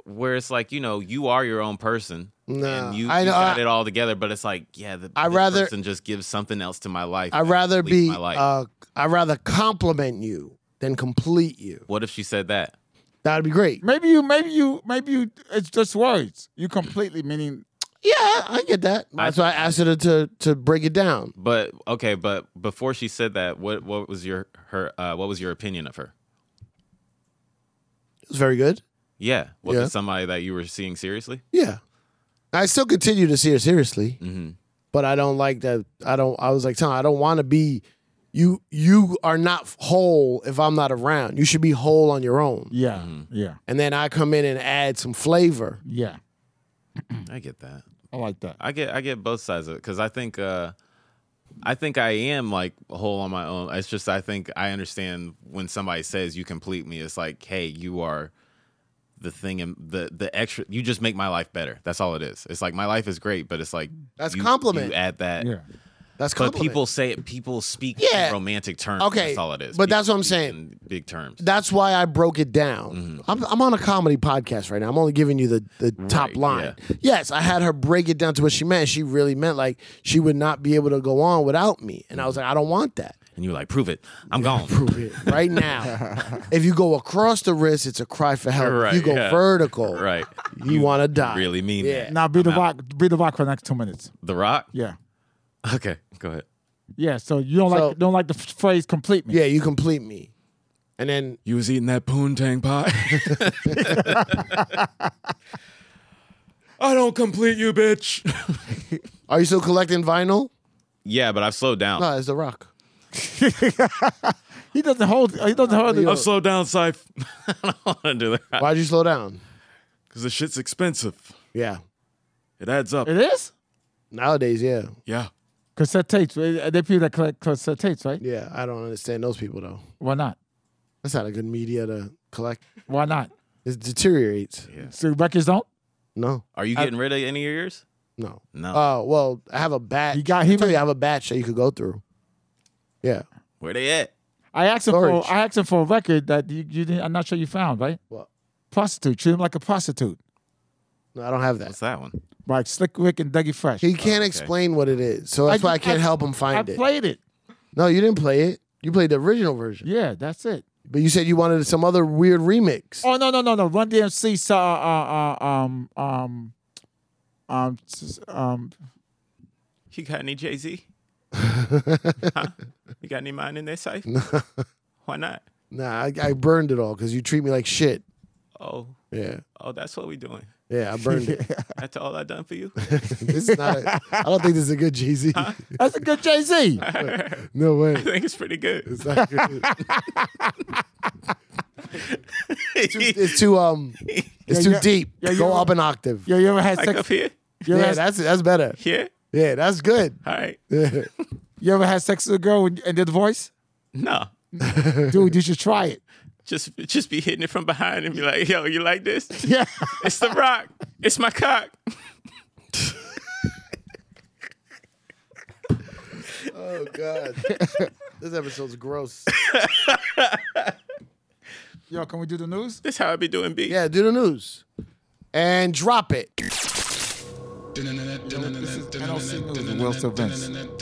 Speaker 4: where it's like you know you are your own person
Speaker 2: Nah,
Speaker 4: and you,
Speaker 2: I
Speaker 4: you
Speaker 2: know-
Speaker 4: got
Speaker 2: I-
Speaker 4: it all together but it's like yeah the
Speaker 2: I
Speaker 4: this
Speaker 2: rather-
Speaker 4: person just gives something else to my life
Speaker 2: I'd
Speaker 4: and
Speaker 2: rather
Speaker 4: completes
Speaker 2: be.
Speaker 4: my life
Speaker 2: Uh, I'd rather compliment you than complete you.
Speaker 4: what if she said that
Speaker 2: That'd be great.
Speaker 3: maybe you, maybe you, maybe you. It's just words. You completely meaning
Speaker 2: Yeah, I I get that. That's why I asked her to to break it down.
Speaker 4: but okay but before she said that what what was your her uh, what was your opinion of her
Speaker 2: It was very good.
Speaker 4: yeah was
Speaker 2: Yeah.
Speaker 4: it somebody that you were seeing seriously
Speaker 2: Yeah, I still continue to see her seriously,
Speaker 4: mm-hmm.
Speaker 2: but I don't like that. I don't. I was like, Tom, I don't want to be. You you are not whole if I'm not around. You should be whole on your own.
Speaker 3: yeah,
Speaker 4: Mm-hmm.
Speaker 3: yeah,
Speaker 2: And then I come in and add some flavor.
Speaker 3: yeah.
Speaker 4: i get that
Speaker 3: I like that.
Speaker 4: I get I get both sides of it because I think uh, I think I am like whole on my own. It's just I think I understand when somebody says you complete me. It's like hey, you are the thing and the the extra. You just make my life better. That's all it is. It's like my life is great, but it's like
Speaker 2: That's
Speaker 4: you,
Speaker 2: compliment.
Speaker 4: You add that.
Speaker 3: Yeah,
Speaker 2: That's
Speaker 4: But
Speaker 2: compliment.
Speaker 4: people say it. People speak
Speaker 2: Yeah.
Speaker 4: in romantic terms.
Speaker 2: Okay,
Speaker 4: that's all it is.
Speaker 2: but that's
Speaker 4: People
Speaker 2: what I'm
Speaker 4: speak
Speaker 2: saying.
Speaker 4: in big terms.
Speaker 2: that's why I broke it down.
Speaker 4: Mm-hmm.
Speaker 2: I'm, I'm on a comedy podcast right now. I'm only giving you the, the top
Speaker 4: Right,
Speaker 2: line. Yes, I had her break it down to what she meant. She really meant like she would not be able to go on without me. And I was like, I don't want that.
Speaker 4: and you're like, prove it. I'm gone.
Speaker 2: Prove it right now. if you go across the wrist, it's a cry for help.
Speaker 4: Right,
Speaker 2: you go
Speaker 4: yeah.
Speaker 2: vertical.
Speaker 4: Right.
Speaker 2: You wanna die.
Speaker 4: Really mean
Speaker 2: Yeah.
Speaker 4: that.
Speaker 3: Now be the rock. Be the rock for the next two minutes.
Speaker 4: The Rock.
Speaker 3: Yeah,
Speaker 4: Okay. Go ahead.
Speaker 3: yeah. So you don't
Speaker 2: So-
Speaker 3: like don't like the f- phrase "complete me."
Speaker 2: Yeah, you complete me. And then
Speaker 4: You was eating that poontang pie. I don't complete you, bitch.
Speaker 2: are you still collecting vinyl?
Speaker 4: Yeah, but I've slowed down.
Speaker 2: No, it's the rock.
Speaker 3: He doesn't hold. He doesn't hold it.
Speaker 4: I've slowed down, Scythe. I don't want to do that
Speaker 2: Why'd you slow down?
Speaker 4: because the shit's expensive.
Speaker 2: Yeah.
Speaker 4: It adds up.
Speaker 3: It is
Speaker 2: Nowadays, yeah.
Speaker 4: Yeah.
Speaker 3: cassette tapes. They they people that collect cassette tapes, right?
Speaker 2: Yeah. I don't understand those people though.
Speaker 3: Why not?
Speaker 2: That's not a good media to collect.
Speaker 3: Why not?
Speaker 2: It deteriorates.
Speaker 3: So records don't.
Speaker 2: No,
Speaker 4: Are you getting rid of any of yours?
Speaker 2: no.
Speaker 4: No.
Speaker 2: Uh, well, I have a batch.
Speaker 3: You got him-
Speaker 2: I tell you, I have a batch that you could go through. Yeah.
Speaker 4: Where they at?
Speaker 3: I asked him
Speaker 2: Storage.
Speaker 3: for. I asked him for a record that you, you didn't. I'm not sure you found right.
Speaker 2: Well,
Speaker 3: Prostitute. Treat him like a prostitute.
Speaker 2: no, I don't have that.
Speaker 4: What's that one?
Speaker 3: Like Slick Rick and Dougie Fresh.
Speaker 2: He can't explain what it is, so that's
Speaker 3: I-
Speaker 2: why I can't
Speaker 3: I-
Speaker 2: help him
Speaker 3: I
Speaker 2: find it.
Speaker 3: played it.
Speaker 2: no, you didn't play it. You played the original version,
Speaker 3: Yeah, that's it.
Speaker 2: but you said you wanted some other weird remix.
Speaker 3: Oh no no no no! Run DMC saw uh, uh, um um um s- um.
Speaker 4: You got any Jay Z? huh? You got any mine in there, Scythe? Why not?
Speaker 2: Nah, I, I burned it all because you treat me like shit.
Speaker 4: Oh,
Speaker 2: Yeah,
Speaker 4: oh, that's what we doing.
Speaker 2: yeah, I burned it.
Speaker 4: That's all I done for you.
Speaker 2: this is not. A, I don't think this is a good Jay Z.
Speaker 3: That's a good Jay Z.
Speaker 2: No way.
Speaker 4: I think it's pretty good.
Speaker 2: It's not good. It's too um. It's too
Speaker 3: yeah.
Speaker 2: deep.
Speaker 3: Yeah, you
Speaker 2: Go
Speaker 3: know-
Speaker 2: up an octave.
Speaker 3: Yo, you ever had
Speaker 4: like
Speaker 3: sex?
Speaker 4: up here,
Speaker 3: You ever,
Speaker 2: yeah,
Speaker 3: had,
Speaker 2: that's that's better.
Speaker 4: here.
Speaker 2: Yeah, that's good.
Speaker 4: All right.
Speaker 3: you ever had sex with a girl and, and did the voice?
Speaker 4: No,
Speaker 3: Dude, you should try it.
Speaker 4: just just be hitting it from behind and be like, "Yo, you like this?
Speaker 3: Yeah.
Speaker 4: It's the rock. It's my cock."
Speaker 2: Oh God, this episode's gross.
Speaker 3: Yo, can we do the news?
Speaker 4: That's how I be doing B.
Speaker 2: Yeah, do the news and drop it.
Speaker 3: This is NLC News with Will Silvins.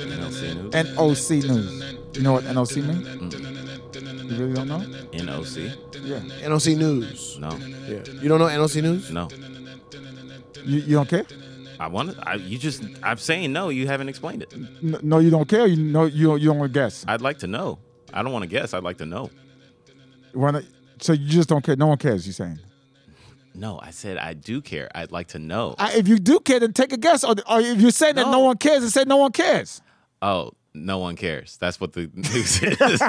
Speaker 3: NOC News. You know what NOC means? You really don't know?
Speaker 4: NOC.
Speaker 3: Yeah.
Speaker 2: NOC News.
Speaker 4: No,
Speaker 2: Yeah. You don't know NOC News?
Speaker 4: no.
Speaker 3: You, you don't care?
Speaker 4: I want to. I, you just. I'm saying no. You haven't explained it.
Speaker 3: No, no, you don't care. You know, you don't, you don't want to guess.
Speaker 4: I'd like to know. I don't want to guess. I'd like to know.
Speaker 3: You wanna- so you just don't care. No one cares. You're saying?
Speaker 4: No, I said I do care. I'd like to know.
Speaker 3: I, if you do care, then take a guess. Or, or if you're saying that no
Speaker 4: No.
Speaker 3: one cares, then say no one cares.
Speaker 4: oh, no one cares. That's what the news is.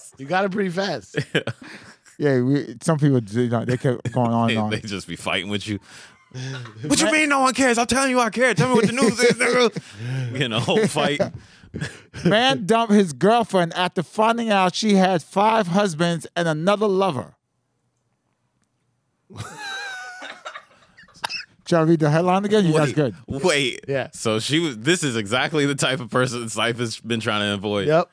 Speaker 2: You got it pretty fast.
Speaker 3: Yeah, we, some people do not. They kept going on and on.
Speaker 4: they just be fighting with you. What you mean no one cares? I'm telling you I care. Tell me what the news is, nigga. We in a whole fight.
Speaker 3: Man dumped his girlfriend after finding out she had five husbands and another lover. Shall I read the headline again? You guys
Speaker 4: Wait,
Speaker 3: good.
Speaker 4: Wait.
Speaker 2: Yeah.
Speaker 4: So she was this is exactly the type of person Cypher's been trying to avoid.
Speaker 2: Yep.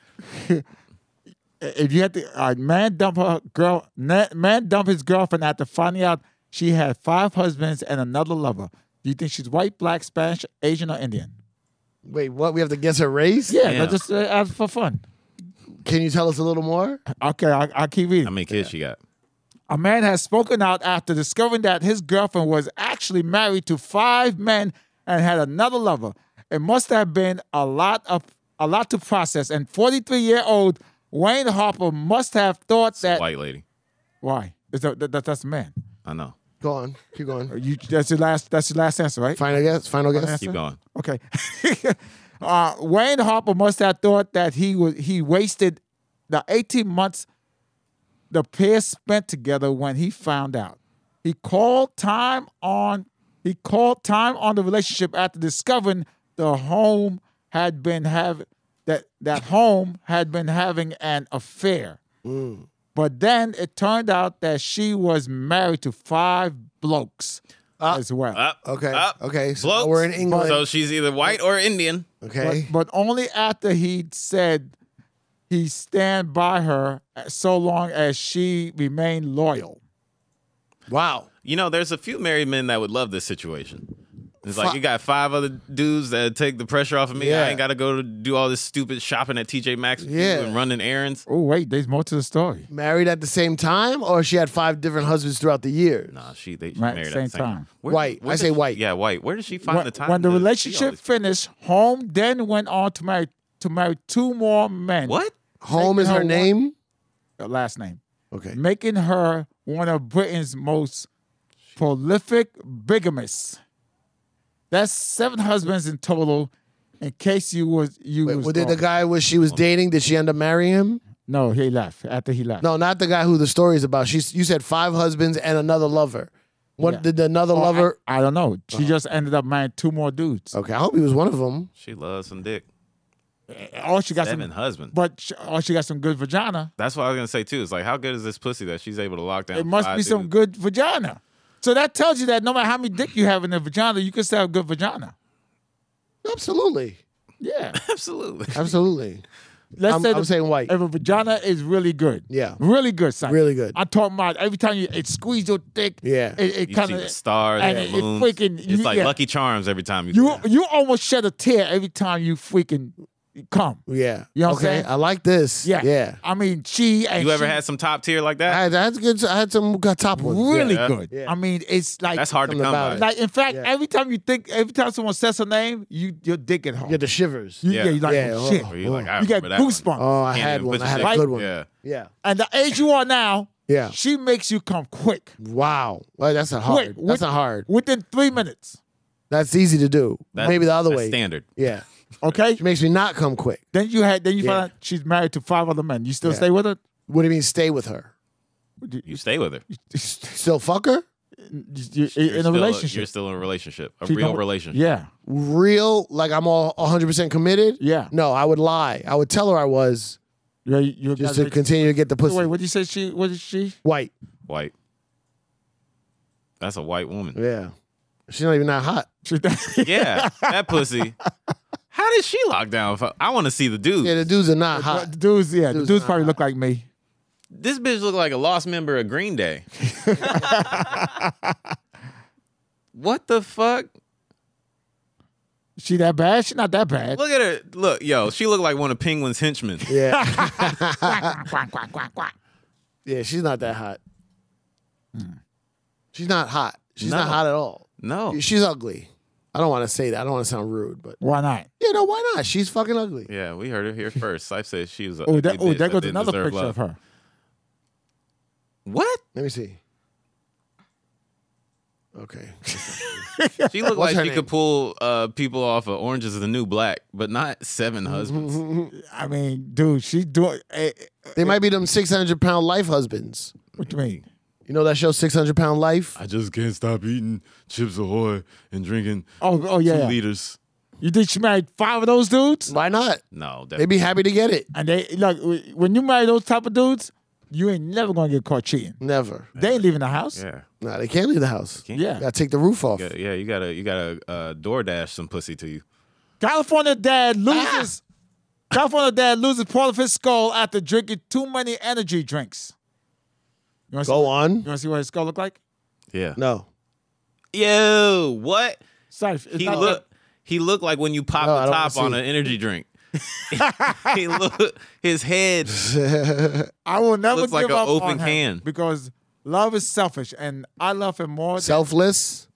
Speaker 3: If you had to, uh, man dump her girl, na- man dump his girlfriend after finding out she had five husbands and another lover. Do you think she's white, black, Spanish, Asian, or Indian?
Speaker 2: Wait, what? We have to guess her race?
Speaker 3: Yeah,
Speaker 4: Yeah.
Speaker 3: that's just uh, ask for fun.
Speaker 2: Can you tell us a little more?
Speaker 3: Okay, I, I'll keep reading.
Speaker 4: How many kids she got?
Speaker 3: A man has spoken out after discovering that his girlfriend was actually married to five men and had another lover. It must have been a lot of a lot to process. And 43-year-old Wayne Harper must have thought that
Speaker 4: White lady.
Speaker 3: why is that, that, that's a man.
Speaker 4: I know.
Speaker 2: Go on. Keep going.
Speaker 3: You, that's your last. That's your last answer, right?
Speaker 2: Final guess. Final guess.
Speaker 4: Keep going.
Speaker 3: Okay. uh, Wayne Harper must have thought that he was he wasted the 18 months the pair spent together when he found out. He called time on he called time on the relationship after discovering the home had been have that that home had been having an affair. But then it turned out that she was married to five blokes as well.
Speaker 4: Up.
Speaker 2: Okay,
Speaker 4: Up.
Speaker 2: okay, so now
Speaker 4: Blokes.
Speaker 2: Oh, we're in England.
Speaker 4: So she's either white or Indian.
Speaker 2: Okay.
Speaker 3: But, but only after he said he stand by her so long as she remained loyal.
Speaker 2: Wow.
Speaker 4: You know, there's a few married men that would love this situation. It's like you got five other dudes that take the pressure off of me.
Speaker 2: Yeah.
Speaker 4: I ain't got to go to do all this stupid shopping at TJ Maxx with you
Speaker 2: Yeah.
Speaker 4: and running errands.
Speaker 3: Oh wait, there's more to the story.
Speaker 2: Married at the same time, or she had five different husbands throughout the year?
Speaker 4: Nah, she they she
Speaker 3: Right,
Speaker 4: married
Speaker 3: same
Speaker 4: at the same time.
Speaker 3: time.
Speaker 4: Where-
Speaker 2: White.
Speaker 4: where
Speaker 2: I
Speaker 4: did
Speaker 2: say
Speaker 4: she-
Speaker 2: white.
Speaker 4: Yeah, white. Where did she find
Speaker 3: when,
Speaker 4: the time?
Speaker 3: when the
Speaker 4: to see all
Speaker 3: relationship
Speaker 4: this-
Speaker 3: finished, Home then went on to marry to marry two more men.
Speaker 4: What?
Speaker 2: Home is
Speaker 3: Take
Speaker 2: her
Speaker 3: her
Speaker 2: name.
Speaker 3: Her last name,
Speaker 2: Okay.
Speaker 3: making her one of Britain's most prolific bigamists. That's seven husbands in total. In case you was you
Speaker 2: Wait,
Speaker 3: was
Speaker 2: well, did the
Speaker 3: wrong.
Speaker 2: guy where she was dating? Did she end up marrying him?
Speaker 3: No, he left after he left.
Speaker 2: No, not the guy who the story is about. She's you said five husbands and another lover. What
Speaker 3: Yeah.
Speaker 2: did the another
Speaker 3: Well, I-
Speaker 2: lover?
Speaker 3: I, don't know. She just ended up marrying two more dudes.
Speaker 2: okay, I hope he was one of them.
Speaker 4: She loves some dick.
Speaker 3: All she got
Speaker 4: Seven
Speaker 3: some,
Speaker 4: husbands.
Speaker 3: but she, all she got some good vagina.
Speaker 4: That's what I was gonna say too. It's like, how good is this pussy that she's able to lock down?
Speaker 3: It must
Speaker 4: five
Speaker 3: be some
Speaker 4: dudes?
Speaker 3: good vagina. So that tells you that no matter how many dick you have in the vagina, you can still have good vagina.
Speaker 2: Absolutely,
Speaker 3: Yeah.
Speaker 4: Absolutely.
Speaker 2: absolutely.
Speaker 3: Let's
Speaker 2: I'm-
Speaker 3: say
Speaker 2: I'm
Speaker 3: the-
Speaker 2: saying white.
Speaker 3: If a vagina is really good.
Speaker 2: Yeah.
Speaker 3: Really good, son.
Speaker 2: Really good.
Speaker 3: I'm talking about every time you it squeeze your dick.
Speaker 2: Yeah.
Speaker 3: It, it
Speaker 4: You
Speaker 3: kind
Speaker 4: see the
Speaker 3: of
Speaker 4: stars
Speaker 3: and
Speaker 4: and,
Speaker 3: it-
Speaker 4: the
Speaker 3: it
Speaker 4: moons.
Speaker 3: freaking-
Speaker 4: it's
Speaker 3: you-
Speaker 4: like
Speaker 3: yeah.
Speaker 4: Lucky Charms every time you.
Speaker 3: you you almost shed a tear every time you freaking come.
Speaker 2: Yeah.
Speaker 3: You know what I'm
Speaker 2: okay.
Speaker 3: saying?
Speaker 2: I like this.
Speaker 3: Yeah.
Speaker 2: Yeah.
Speaker 3: I mean, she and
Speaker 4: You ever
Speaker 3: she-
Speaker 4: had some top tier like that?
Speaker 2: I had, I had good. I had some good top ones. yeah.
Speaker 3: really
Speaker 4: Yeah.
Speaker 3: good.
Speaker 2: Yeah.
Speaker 3: I mean, it's like
Speaker 4: That's hard to
Speaker 2: Something
Speaker 4: come
Speaker 2: about
Speaker 4: by.
Speaker 2: it.
Speaker 3: Like in fact,
Speaker 2: Yeah.
Speaker 3: every time you think, every time someone says her name, you your dick at home.
Speaker 2: You had the shivers.
Speaker 3: You- yeah.
Speaker 4: Yeah.
Speaker 3: you're like
Speaker 2: Yeah,
Speaker 3: oh,
Speaker 2: oh.
Speaker 3: shit.
Speaker 4: Where you're like, I
Speaker 3: You got
Speaker 4: remember that one.
Speaker 3: goosebumps.
Speaker 2: Oh, I
Speaker 4: Can't
Speaker 2: had
Speaker 4: even
Speaker 2: one. I
Speaker 4: put your
Speaker 2: had
Speaker 4: dick-
Speaker 2: a good one.
Speaker 4: Yeah.
Speaker 2: Yeah.
Speaker 3: And the age you are now,
Speaker 2: Yeah.
Speaker 3: she makes you come quick.
Speaker 2: Wow. Well, that's not hard.
Speaker 3: Quick.
Speaker 2: that's not hard.
Speaker 3: Within three minutes.
Speaker 2: That's easy to do.
Speaker 4: That-
Speaker 2: Maybe the other
Speaker 4: that's
Speaker 2: way.
Speaker 4: Standard.
Speaker 2: Yeah.
Speaker 3: Okay.
Speaker 2: She makes me not come quick.
Speaker 3: Then you had then you
Speaker 2: Yeah.
Speaker 3: find out she's married to five other men. You still
Speaker 2: Yeah.
Speaker 3: stay with her?
Speaker 2: What do you mean stay with her?
Speaker 4: You stay with her.
Speaker 2: Still fuck her?
Speaker 3: You- you-
Speaker 4: You're
Speaker 3: in a
Speaker 4: still
Speaker 3: relationship.
Speaker 4: You're still in a relationship. A
Speaker 3: She
Speaker 4: real
Speaker 3: don't-
Speaker 4: relationship.
Speaker 3: Yeah.
Speaker 2: Real? Like I'm all 100% committed?
Speaker 3: Yeah.
Speaker 2: No, I would lie. I would tell her I was
Speaker 3: You're, you're
Speaker 2: just to continue to get the
Speaker 3: Wait,
Speaker 2: pussy.
Speaker 3: what did you say she what is she?
Speaker 2: White.
Speaker 4: White. That's a white woman.
Speaker 2: Yeah. She's not even that hot.
Speaker 3: she
Speaker 4: Yeah. that pussy. How did she lock down? fi- I want to see the dude.
Speaker 2: Yeah, the dudes are not hot.
Speaker 3: dudes, yeah, the
Speaker 2: Dudes
Speaker 3: dudes
Speaker 2: not
Speaker 3: probably
Speaker 2: hot.
Speaker 3: look like me.
Speaker 4: This bitch looked like a lost member of Green Day. what the fuck?
Speaker 3: She that bad? She not that bad.
Speaker 4: Look at her. Look, yo, she looked like one of Penguin's henchmen.
Speaker 2: Yeah.
Speaker 3: Quack, quack, quack, quack, quack.
Speaker 2: yeah, she's not that hot. She's not hot. She's not
Speaker 4: No. Oh.
Speaker 2: hot at all.
Speaker 4: No.
Speaker 2: She's ugly. I don't want to say that. I don't want to sound rude, but
Speaker 3: Why not?
Speaker 2: you know, why not? She's fucking ugly.
Speaker 4: Yeah, we heard it here first. Sife said she was a
Speaker 3: Oh, that,
Speaker 4: ugly
Speaker 3: oh,
Speaker 4: bitch
Speaker 3: there goes
Speaker 4: didn't
Speaker 3: another
Speaker 4: deserve
Speaker 3: picture
Speaker 4: love.
Speaker 3: of her.
Speaker 4: What?
Speaker 2: Let me see. Okay.
Speaker 4: She looked
Speaker 2: What's
Speaker 4: like
Speaker 2: her
Speaker 4: she
Speaker 2: name?
Speaker 4: could pull uh, people off of Orange is the New Black, but not seven husbands.
Speaker 3: I mean, dude, she doing. eh, eh,
Speaker 2: They might be them 600 pound life husbands.
Speaker 3: what you mean?
Speaker 2: You know that show, 600 pound life?
Speaker 4: I just can't stop eating Chips Ahoy and drinking
Speaker 3: Oh, oh yeah.
Speaker 4: liters.
Speaker 3: You think she married five of those dudes?
Speaker 2: Why not?
Speaker 4: No,
Speaker 2: They'd
Speaker 4: definitely.
Speaker 2: be happy to get it.
Speaker 3: And they look wh- when you marry those type of dudes, you ain't never gonna get caught cheating.
Speaker 2: Never.
Speaker 3: They ain't leaving the house.
Speaker 4: Yeah.
Speaker 2: Nah, they can't leave the house.
Speaker 3: Yeah.
Speaker 2: Gotta take the roof off.
Speaker 4: Yeah, yeah, you gotta you gotta uh, DoorDash some pussy to you.
Speaker 3: California dad loses.
Speaker 4: Ah!
Speaker 3: California dad loses part of his skull after drinking too many energy drinks. You want to see,
Speaker 2: Go
Speaker 3: you
Speaker 2: on.
Speaker 3: wanna see what his skull look like?
Speaker 4: Yeah.
Speaker 2: No.
Speaker 4: Yo, what?
Speaker 3: Sorry, it's
Speaker 4: He
Speaker 3: not
Speaker 4: looked he looked like when you pop
Speaker 2: No, I
Speaker 4: the
Speaker 2: don't
Speaker 4: top
Speaker 2: wanna
Speaker 4: on
Speaker 2: see.
Speaker 4: an energy drink. he look his head.
Speaker 3: I will never
Speaker 4: Looks
Speaker 3: give
Speaker 4: like a
Speaker 3: up
Speaker 4: open
Speaker 3: on him
Speaker 4: can.
Speaker 3: because love is selfish, and I love him more. Than
Speaker 2: Selfless.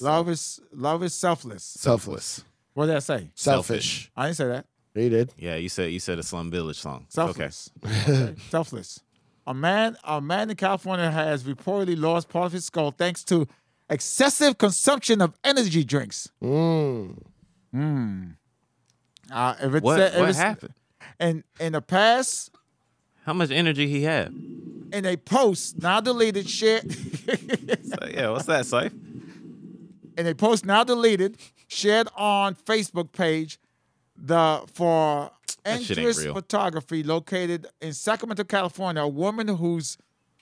Speaker 3: love is love is selfless.
Speaker 2: Selfless.
Speaker 3: What did I say?
Speaker 2: Selfish.
Speaker 3: I didn't say that.
Speaker 2: He did.
Speaker 4: Yeah, you said you said a Slum Village song. It's Okay.
Speaker 3: Selfless. Okay, Selfless. A man, a man in California has reportedly lost part of his skull thanks to excessive consumption of energy drinks. Mmm. Uh, if it's
Speaker 4: Mm. What
Speaker 3: if
Speaker 4: what
Speaker 3: it's-
Speaker 4: happened?
Speaker 3: And in the past,
Speaker 4: How much energy he had?
Speaker 3: in a post now deleted share,
Speaker 4: So, yeah, what's that, Syfe?
Speaker 3: in a post now deleted, shared on Facebook page, the for
Speaker 4: That shit ain't
Speaker 3: Andress
Speaker 4: real.
Speaker 3: Photography located in Sacramento, California, a woman who's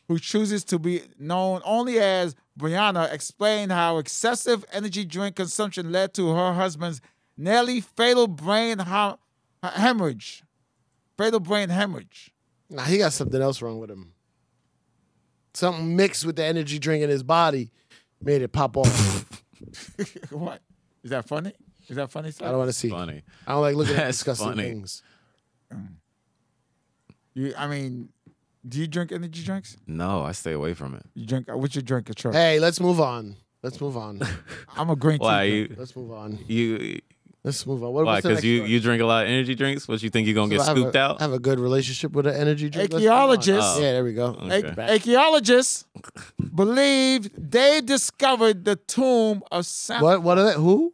Speaker 3: who chooses to be known only as Brianna explained how excessive energy drink consumption led to her husband's nearly fatal brain ha- hemorrhage, fatal brain hemorrhage.
Speaker 2: Nah, he got something else wrong with him. Something mixed with the energy drink in his body made it pop off.
Speaker 3: what is that funny? Is that funny?
Speaker 2: I don't want to see.
Speaker 4: Funny.
Speaker 2: I don't like looking at
Speaker 4: That's
Speaker 2: disgusting
Speaker 4: funny.
Speaker 2: things.
Speaker 3: You, I mean, do you drink energy drinks?
Speaker 4: No, I stay away from it.
Speaker 3: You drink? What's your drink of choice?
Speaker 2: Hey, let's move on. Let's move on.
Speaker 3: I'm a green tea.
Speaker 4: Why
Speaker 3: drinker.
Speaker 4: you
Speaker 2: let's move on.
Speaker 4: you
Speaker 2: Let's move on. What,
Speaker 4: why?
Speaker 2: what's the
Speaker 4: Because
Speaker 2: next
Speaker 4: you
Speaker 2: one?
Speaker 4: you drink a lot of energy drinks. What you think you gonna get
Speaker 2: I have a-
Speaker 4: scooped out?
Speaker 2: I have a good relationship with an energy drink. Let's move on.
Speaker 3: Archaeologist.
Speaker 4: Oh.
Speaker 2: Yeah, there we go.
Speaker 4: Okay.
Speaker 2: Back.
Speaker 3: Archaeologists believe they discovered the tomb of Sam.
Speaker 2: What? What are that? Who?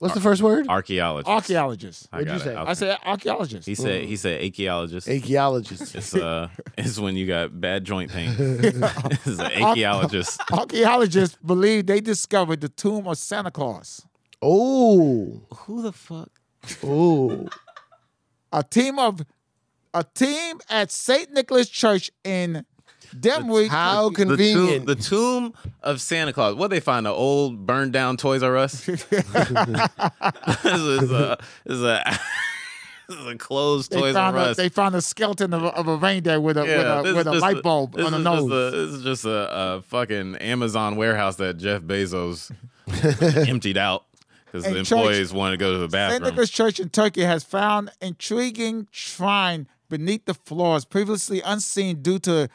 Speaker 2: What's the first word?
Speaker 4: Archaeologist.
Speaker 3: Archaeologists.
Speaker 4: I
Speaker 2: What'd you
Speaker 4: got
Speaker 2: say?
Speaker 4: it.
Speaker 3: I
Speaker 4: Okay.
Speaker 3: said archaeologists.
Speaker 4: He said he said archaeologist.
Speaker 2: Archaeologist.
Speaker 4: It's uh, it's when you got bad joint pain. it's an archaeologist.
Speaker 3: Archaeologists believe they discovered the tomb of Santa Claus.
Speaker 2: Oh,
Speaker 4: Who the fuck?
Speaker 2: oh,
Speaker 3: A team of a team at St. Nicholas Church in Denwick.
Speaker 2: how
Speaker 4: The tomb,
Speaker 2: convenient.
Speaker 4: the tomb of Santa Claus. What they find? An old burned down Toys R Us. this is a this is a, this is a closed
Speaker 3: They
Speaker 4: Toys
Speaker 3: found,
Speaker 4: R
Speaker 3: a,
Speaker 4: Us.
Speaker 3: they found a skeleton of a, of a reindeer with a with a,
Speaker 4: this
Speaker 3: with
Speaker 4: is
Speaker 3: a
Speaker 4: just
Speaker 3: light bulb
Speaker 4: this
Speaker 3: on the
Speaker 4: is
Speaker 3: nose.
Speaker 4: Just a, this is just a, a fucking Amazon warehouse that Jeff Bezos emptied out because
Speaker 3: Hey,
Speaker 4: the
Speaker 3: Church,
Speaker 4: employees wanted to go to the
Speaker 3: St.
Speaker 4: bathroom.
Speaker 3: Nicholas Church in Turkey has found intriguing shrine beneath the floors, previously unseen due to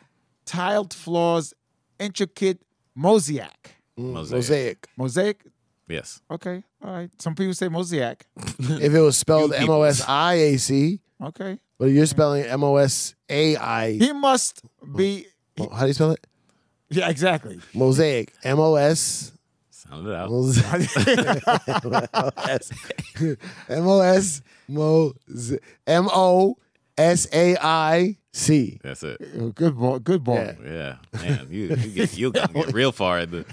Speaker 3: tiled floors, intricate mosaic.
Speaker 4: Mosaic.
Speaker 2: Mosaic.
Speaker 3: Mosaic?
Speaker 4: Yes.
Speaker 3: Okay, all right. Some people say mosaic.
Speaker 2: If it was spelled
Speaker 4: You
Speaker 2: M
Speaker 4: people.
Speaker 2: O S I A C,
Speaker 3: Okay.
Speaker 2: but you're spelling M O S A I.
Speaker 3: He must be.
Speaker 2: How do you spell it?
Speaker 3: Yeah, exactly.
Speaker 2: Mosaic. M O S.
Speaker 4: Sound it out.
Speaker 2: Mos- M O S Mo Z- M O S A I C.
Speaker 4: That's it.
Speaker 3: good boy. Good boy.
Speaker 2: Yeah.
Speaker 4: Yeah, man, you you get you gonna get real far at the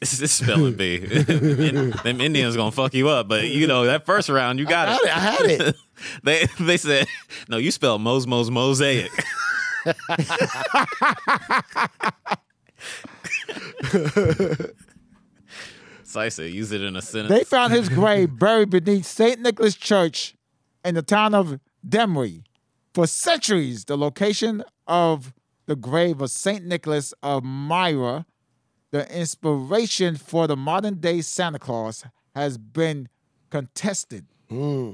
Speaker 4: it's this spelling bee. Them Indians gonna fuck you up, but you know that first round you got
Speaker 2: I
Speaker 4: it.
Speaker 2: had it.
Speaker 4: They they said no, you spell mos mos mosaic. so I said use it in a sentence.
Speaker 3: They found his grave buried beneath St. Nicholas Church in the town of Demry. For centuries, the location of the grave of St. Nicholas of Myra, the inspiration for the modern day Santa Claus, has been contested.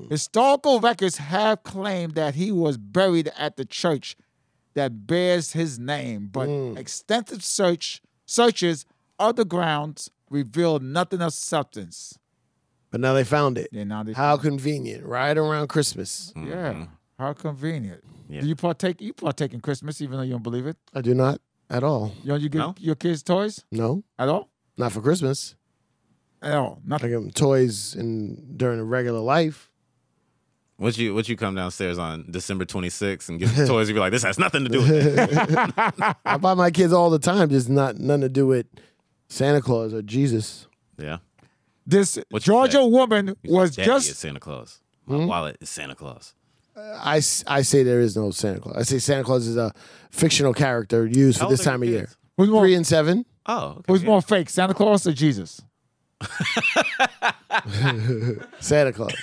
Speaker 3: Historical records have claimed that he was buried at the church that bears his name, but extensive search searches of the grounds revealed nothing of substance.
Speaker 2: But now they found it.
Speaker 3: Yeah, now they
Speaker 2: How convenient. Right around Christmas.
Speaker 4: Mm-hmm.
Speaker 3: Yeah. How convenient. Do you partake you partake in Christmas even though you don't believe it?
Speaker 2: I do not at all.
Speaker 3: You know you give
Speaker 4: No?
Speaker 3: your kids toys
Speaker 2: No,
Speaker 3: at all?
Speaker 2: Not for Christmas.
Speaker 3: Hell,
Speaker 2: I
Speaker 3: nothing.
Speaker 2: give them toys in during the regular life.
Speaker 4: What you what you come downstairs on December 26th and give them toys? You'd be like, this has nothing to do with it.
Speaker 2: I buy my kids all the time, just not nothing to do with Santa Claus or Jesus.
Speaker 4: yeah.
Speaker 3: This
Speaker 4: What you
Speaker 3: Georgia
Speaker 4: said.
Speaker 3: woman was
Speaker 4: Daddy is
Speaker 3: just
Speaker 4: Santa Claus. My
Speaker 2: Hmm?
Speaker 4: wallet is Santa Claus.
Speaker 2: I, s- I say there is no Santa Claus. I say Santa Claus is a fictional character used
Speaker 4: How
Speaker 2: for this
Speaker 4: old are
Speaker 2: time of
Speaker 4: your
Speaker 2: year.
Speaker 4: kids?
Speaker 3: who's more
Speaker 2: Three and seven.
Speaker 4: Oh, okay.
Speaker 3: who's
Speaker 4: yeah.
Speaker 3: more fake, Santa Claus or Jesus?
Speaker 2: Santa Claus.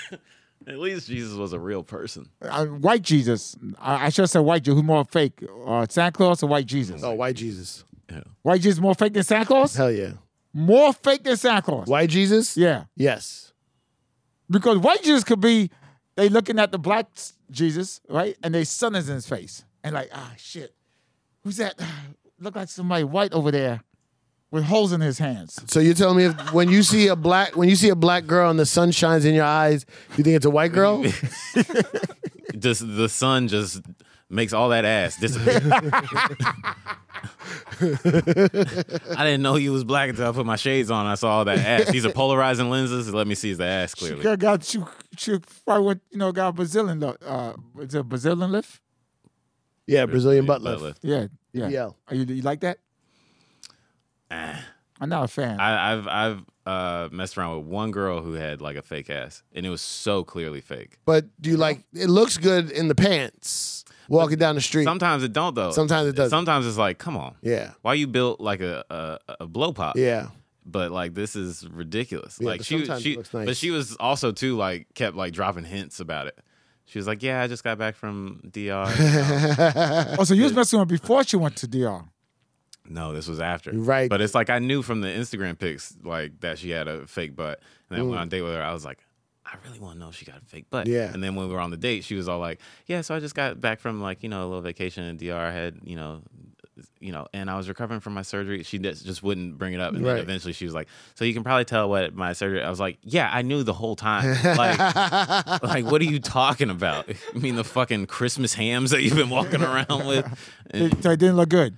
Speaker 4: At least Jesus was a real person.
Speaker 3: Uh, white Jesus. I, I should have said white Jesus. Who's more fake, uh, Santa Claus or white Jesus?
Speaker 2: Oh, white Jesus.
Speaker 4: Yeah.
Speaker 3: White Jesus more fake than Santa Claus?
Speaker 2: Hell yeah.
Speaker 3: More fake than Santa Claus.
Speaker 2: White Jesus?
Speaker 3: Yeah,
Speaker 2: Yes.
Speaker 3: because white Jesus could be they looking at the black Jesus, right? And their son is in his face, and like, ah, shit, who's that? Look like somebody white over there with holes in his hands.
Speaker 2: So you're telling me if when you see a black when you see a black girl and the sun shines in your eyes, you think it's a white girl?
Speaker 4: Just the sun just makes all that ass disappear. I didn't know he was black until I put my shades on. I saw all that ass. These are polarizing lenses. Let me see the ass
Speaker 3: She
Speaker 4: clearly.
Speaker 3: got, got she, she probably went, you know, got a Brazilian look. Uh, is it a Brazilian lift?
Speaker 2: Yeah, Brazilian butt
Speaker 4: Butt
Speaker 2: lift.
Speaker 4: lift.
Speaker 3: Yeah, yeah.
Speaker 2: Yeah.
Speaker 3: Are you, you like that? I'm not a fan.
Speaker 4: Ah. I, I've I've uh, messed around with one girl who had like a fake ass, and it was so clearly fake.
Speaker 2: But do you like it looks good in the pants walking down the street.
Speaker 4: Sometimes it don't though.
Speaker 2: Sometimes it doesn't.
Speaker 4: Sometimes it's like, come on,
Speaker 2: yeah.
Speaker 4: why you built like a a, a blow pop?
Speaker 2: Yeah.
Speaker 4: but like this is ridiculous.
Speaker 2: Yeah,
Speaker 4: like
Speaker 2: but
Speaker 4: she,
Speaker 2: sometimes it
Speaker 4: she,
Speaker 2: looks
Speaker 4: but
Speaker 2: nice.
Speaker 4: she was also too like kept like dropping hints about it. She was like, "Yeah, I just got back from DR."
Speaker 3: oh, so you was messing with her before she went to DR.
Speaker 4: no, this was after,
Speaker 2: Right.
Speaker 4: But it's like I knew from the Instagram pics like that she had a fake butt, and then when I date with her, I was like. I really want to know if she got a fake butt.
Speaker 2: Mm. Yeah.
Speaker 4: And then when we were on the date, she was all like, "Yeah, so I just got back from like you know a little vacation in DR. I had you know, you know, and I was recovering from my surgery. She just just wouldn't bring it up. And
Speaker 2: Right.
Speaker 4: then eventually she was like, "So you can probably tell what my surgery." I was like, "Yeah, I knew the whole time. Like, like what are you talking about? I mean, the fucking Christmas hams that you've been walking around with. And
Speaker 3: So it didn't look good.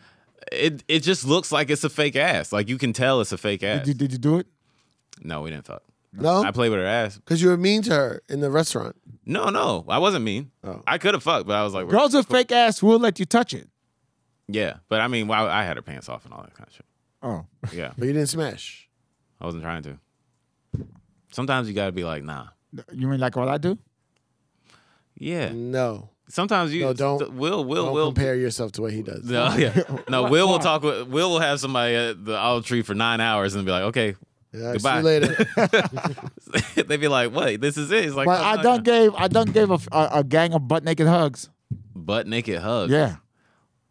Speaker 4: it it just looks like it's a fake ass. Like you can tell it's a fake
Speaker 3: Did
Speaker 4: ass.
Speaker 3: you, did you do it?
Speaker 4: No, we didn't fuck. I
Speaker 2: No?
Speaker 4: played with her ass.
Speaker 2: Because you were mean to her in the restaurant.
Speaker 4: No, no, I wasn't mean.
Speaker 2: Oh.
Speaker 4: I could have fucked, but I was like,
Speaker 3: Girls with fake ass will let you touch it.
Speaker 4: yeah. But I mean, well, I had her pants off and all that kind of shit.
Speaker 3: Oh,
Speaker 4: Yeah,
Speaker 2: But you didn't smash.
Speaker 4: I wasn't trying to. Sometimes you gotta be like, nah.
Speaker 3: you mean like what I do?
Speaker 4: Yeah.
Speaker 2: No.
Speaker 4: Sometimes you
Speaker 2: No, don't-
Speaker 4: Will Will
Speaker 2: Don't
Speaker 4: Will
Speaker 2: compare yourself to what he does.
Speaker 4: No, yeah. No, Will will talk with Will will have somebody at the olive tree for nine hours and be like, okay,
Speaker 2: Yeah, See
Speaker 4: goodbye.
Speaker 2: you later.
Speaker 4: They'd be like, what? This is it. It's like,
Speaker 3: But
Speaker 4: no,
Speaker 3: I
Speaker 4: no,
Speaker 3: done
Speaker 4: no.
Speaker 3: gave I done gave a, f- a- a gang of butt naked hugs.
Speaker 4: butt naked hug.
Speaker 3: Yeah,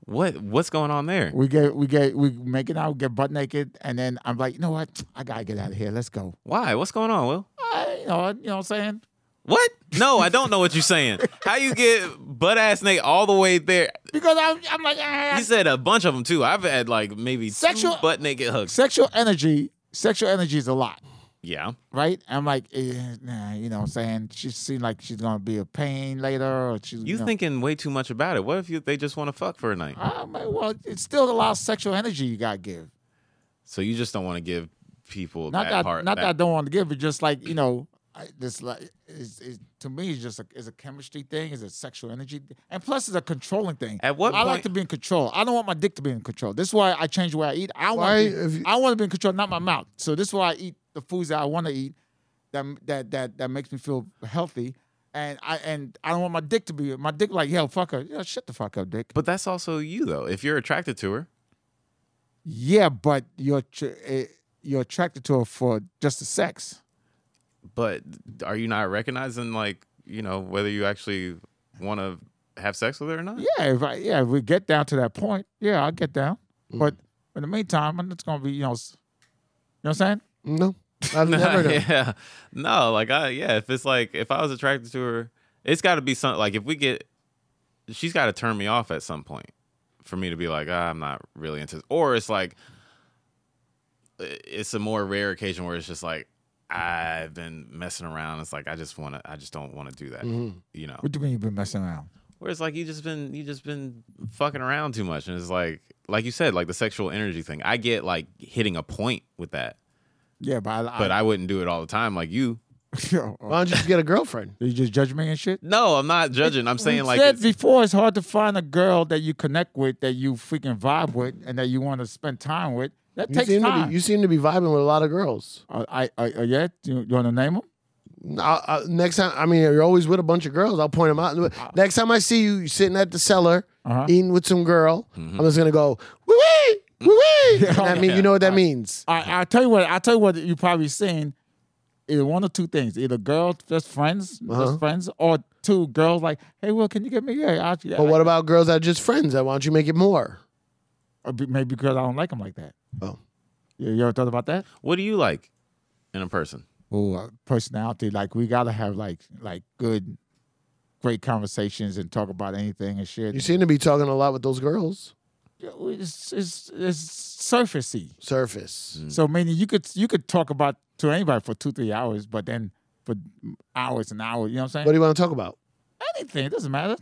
Speaker 4: What what's going on there?
Speaker 3: we get we get we make it out, get butt naked, and then I'm like, you know what? I gotta get out of here. Let's go.
Speaker 4: Why? What's going on, Will?
Speaker 3: I, you know, you know what I'm saying?
Speaker 4: What? No, I don't know what you're saying. How you get butt ass naked all the way there?
Speaker 3: Because I'm I'm like, ah,
Speaker 4: You said a bunch of them too. I've had like maybe
Speaker 3: Sexual-
Speaker 4: two butt naked hugs.
Speaker 3: sexual energy, sexual energy is a lot.
Speaker 4: Yeah.
Speaker 3: right? I'm like, eh, nah, you know what I'm saying? She seemed like she's gonna be a pain later. Or she's,
Speaker 4: You
Speaker 3: know.
Speaker 4: thinking way too much about it. What if you they just want to fuck for a night?
Speaker 3: I'm like, well, it's still a lot of sexual energy you gotta give.
Speaker 4: So you just don't want to give people
Speaker 3: Not
Speaker 4: that,
Speaker 3: that,
Speaker 4: part.
Speaker 3: not that, I
Speaker 4: that,
Speaker 3: don't want to give, but just like you know, I, this like it's, it's, to me, it's just a, it's a chemistry thing, it's a sexual energy, thing. and plus it's a controlling thing.
Speaker 4: At what
Speaker 3: I like
Speaker 4: point-
Speaker 3: to be in control. I don't want my dick to be in control. This is why I change the way I eat. I
Speaker 2: Why,
Speaker 3: want
Speaker 2: if you-
Speaker 3: I want to be in control, not my mouth. So this is why I eat the foods that I want to eat. That that that that makes me feel healthy. And I and I don't want my dick to be my dick like hell fuck her. Yeah, shut the fuck up, dick.
Speaker 4: but that's also you though. If you're attracted to her,
Speaker 3: Yeah, but you're tr- eh, you're attracted to her for just the sex.
Speaker 4: but are you not recognizing like you know whether you actually want to have sex with her or not?
Speaker 3: Yeah, if I yeah, if we get down to that point, yeah, I'll get down. But in the meantime, I'm just gonna be, you know, s- you know what I'm saying?
Speaker 2: no. I've never done.
Speaker 4: yeah, no, like I yeah. If it's like if I was attracted to her, it's got to be something like if we get, she's got to turn me off at some point for me to be like ah, I'm not really into. This. Or it's like i- it's a more rare occasion where it's just like I've been messing around. It's like I just want to. I just don't want to do that. You know.
Speaker 2: Mm-hmm.
Speaker 3: What do you mean you've been messing around?
Speaker 4: Where it's like you just been you just been fucking around too much, and it's like like you said, like the sexual energy thing. I get like hitting a point with that,
Speaker 3: Yeah, but I,
Speaker 4: but I wouldn't do it all the time like you.
Speaker 3: Yo, oh,
Speaker 2: Why don't you just get a girlfriend?
Speaker 3: you just judge me and shit.
Speaker 4: No, I'm not judging. I'm saying like
Speaker 3: said
Speaker 4: it's-
Speaker 3: before, it's hard to find a girl that you connect with, that you freaking vibe with, and that you want to spend time with. That
Speaker 2: You
Speaker 3: takes
Speaker 2: seem To
Speaker 3: time.
Speaker 2: be, you seem to be vibing with a lot of girls.
Speaker 3: Uh, I, I, uh, yeah, you, you want to name them?
Speaker 2: I, I, next time, I mean, you're always with a bunch of girls. I'll point them out. Next time I see you sitting at the cellar
Speaker 3: Uh-huh.
Speaker 2: eating with some girl,
Speaker 4: Mm-hmm.
Speaker 2: I'm just gonna go wee wee wee wee. And I mean, you know what that means.
Speaker 3: I, I tell you what, I tell you what, you probably seen either one or two things: either girl just friends,
Speaker 2: Uh-huh.
Speaker 3: just friends, or two girls like, hey, Will, can you get me? Yeah, I,
Speaker 2: But what about girls that are just friends? Why don't you make it more?
Speaker 3: Or be- maybe because I don't like them like that.
Speaker 2: Oh.
Speaker 3: you, you ever thought about that?
Speaker 4: what do you like in a person?
Speaker 3: Ooh, uh, personality. Like we gotta have like like good, great conversations and talk about anything and shit.
Speaker 2: You seem to be talking a lot with those girls.
Speaker 3: it's it's, it's surfacey.
Speaker 2: Surface.
Speaker 3: So meaning you could you could talk about to anybody for two three hours, but then for hours and hours, you know what I'm saying?
Speaker 2: What do you want to talk about? Hmm,
Speaker 3: anything, it doesn't matter.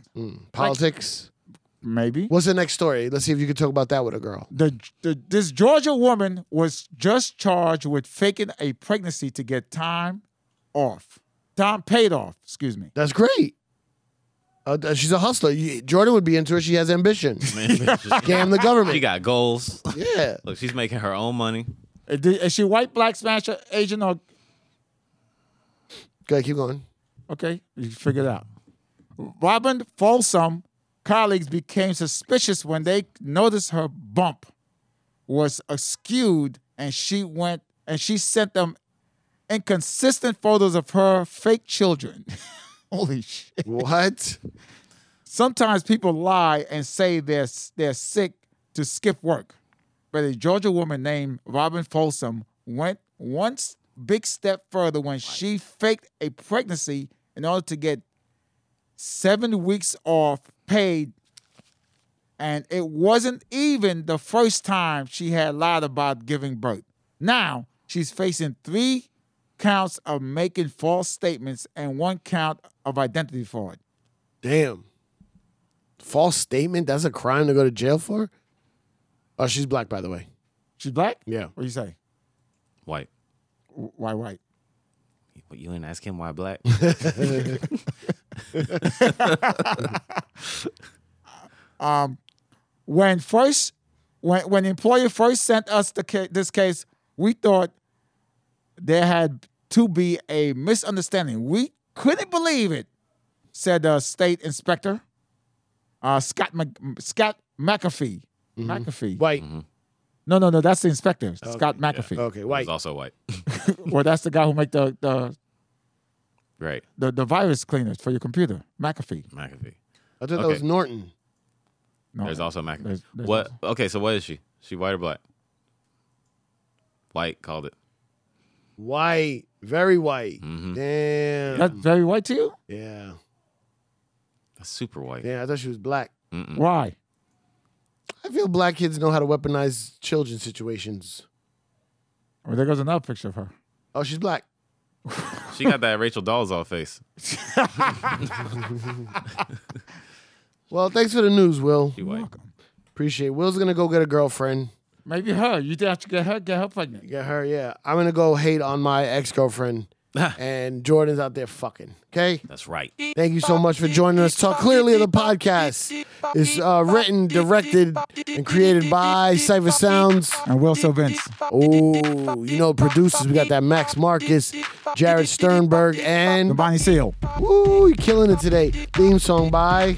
Speaker 2: Politics.
Speaker 3: Maybe
Speaker 2: What's the next story? Let's see if you can talk about that with a girl.
Speaker 3: the, the this Georgia woman was just charged with faking a pregnancy to get time off, time paid off. Excuse me.
Speaker 2: That's great. Uh, th- she's a hustler. You, Jordan would be into it. She has ambition.
Speaker 4: Man, bitch, just-
Speaker 2: Damn the government.
Speaker 4: she got goals.
Speaker 2: yeah.
Speaker 4: Look, she's making her own money.
Speaker 3: Is thi- is she white, black, smasher, Asian, or
Speaker 2: Go ahead, keep going.
Speaker 3: Okay, you figure it out. Robin Folsom colleagues became suspicious when they noticed her bump was skewed and she went and she sent them inconsistent photos of her fake children. Holy shit.
Speaker 2: What?
Speaker 3: Sometimes people lie and say they're, they're sick to skip work. But a Georgia woman named Robin Folsom went one s- big step further when she faked a pregnancy in order to get seven weeks off paid. And it wasn't even the first time she had lied about giving birth. Now she's facing three counts of making false statements and one count of identity fraud.
Speaker 2: Damn. False statement? That's a crime to go to jail for? Oh, she's black, by the way.
Speaker 3: She's black?
Speaker 2: Yeah.
Speaker 3: What do you say?
Speaker 4: White.
Speaker 3: W- Why white?
Speaker 4: You ain't ask him why black.
Speaker 3: When first, when when the employer first sent us the ca- this case, we thought there had to be a misunderstanding. We couldn't believe it, said the state inspector, uh, Scott Mc, Scott McAfee. McAfee.
Speaker 2: White.
Speaker 3: No, no, no. That's the inspector, Scott McAfee.
Speaker 2: Mm-hmm. Okay,
Speaker 4: He's
Speaker 2: white.
Speaker 4: also white.
Speaker 3: Well, that's the guy who make the the,
Speaker 4: Right.
Speaker 3: the the virus cleaners for your computer, McAfee.
Speaker 4: McAfee.
Speaker 2: I thought that was
Speaker 4: Okay.
Speaker 2: Norton.
Speaker 3: No,
Speaker 4: There's also McAfee.
Speaker 3: There's- there's
Speaker 4: what? Okay, so what is she? She white or black? White called it.
Speaker 2: White. Very white. Damn.
Speaker 3: that's very white to you.
Speaker 2: yeah.
Speaker 4: That's super white.
Speaker 2: Yeah, I thought she was black.
Speaker 3: Why?
Speaker 2: I feel black kids know how to weaponize children situations.
Speaker 3: Well, there goes another picture of her.
Speaker 2: Oh, she's black.
Speaker 4: She got that Rachel Dolezal face.
Speaker 2: Well, thanks for the news, Will.
Speaker 4: She white.
Speaker 2: Appreciate it. Will's gonna go get a girlfriend.
Speaker 3: Maybe her. You think I should get her? Get her pregnant.
Speaker 2: Get her, yeah. I'm gonna go hate on my ex girlfriend. and Jordan's out there fucking. Okay?
Speaker 4: That's right.
Speaker 2: Thank you so much for joining us. Talk Clearly of the podcast is uh, written, directed, and created by Cypher Sounds.
Speaker 3: And Will Silvins.
Speaker 2: Oh, you know, producers, we got that Max Marcus, Jared Sternberg,
Speaker 3: The
Speaker 2: and
Speaker 3: Bonnie Seal.
Speaker 2: ooh, you're killing it today. Theme song by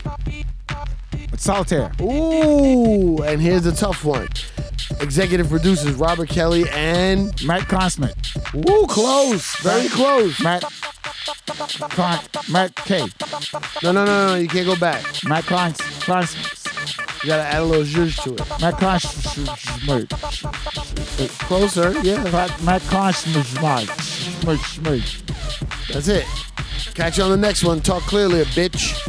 Speaker 3: Solitaire.
Speaker 2: ooh, and here's a tough one. Executive producers Robert Kelly and
Speaker 3: Matt Consmith.
Speaker 2: ooh, close, very close.
Speaker 3: Matt. Klein, Matt K.
Speaker 2: No, no, no, no, you can't go back.
Speaker 3: Matt Klein. Klein
Speaker 2: You gotta add a little zhuzh to it.
Speaker 3: Matt Klein. Schmid.
Speaker 2: Closer, yeah,
Speaker 3: Matt Matt Klein. Schmid. Schmid. Schmid.
Speaker 2: that's it. Catch you on the next one. Talk clearly, bitch.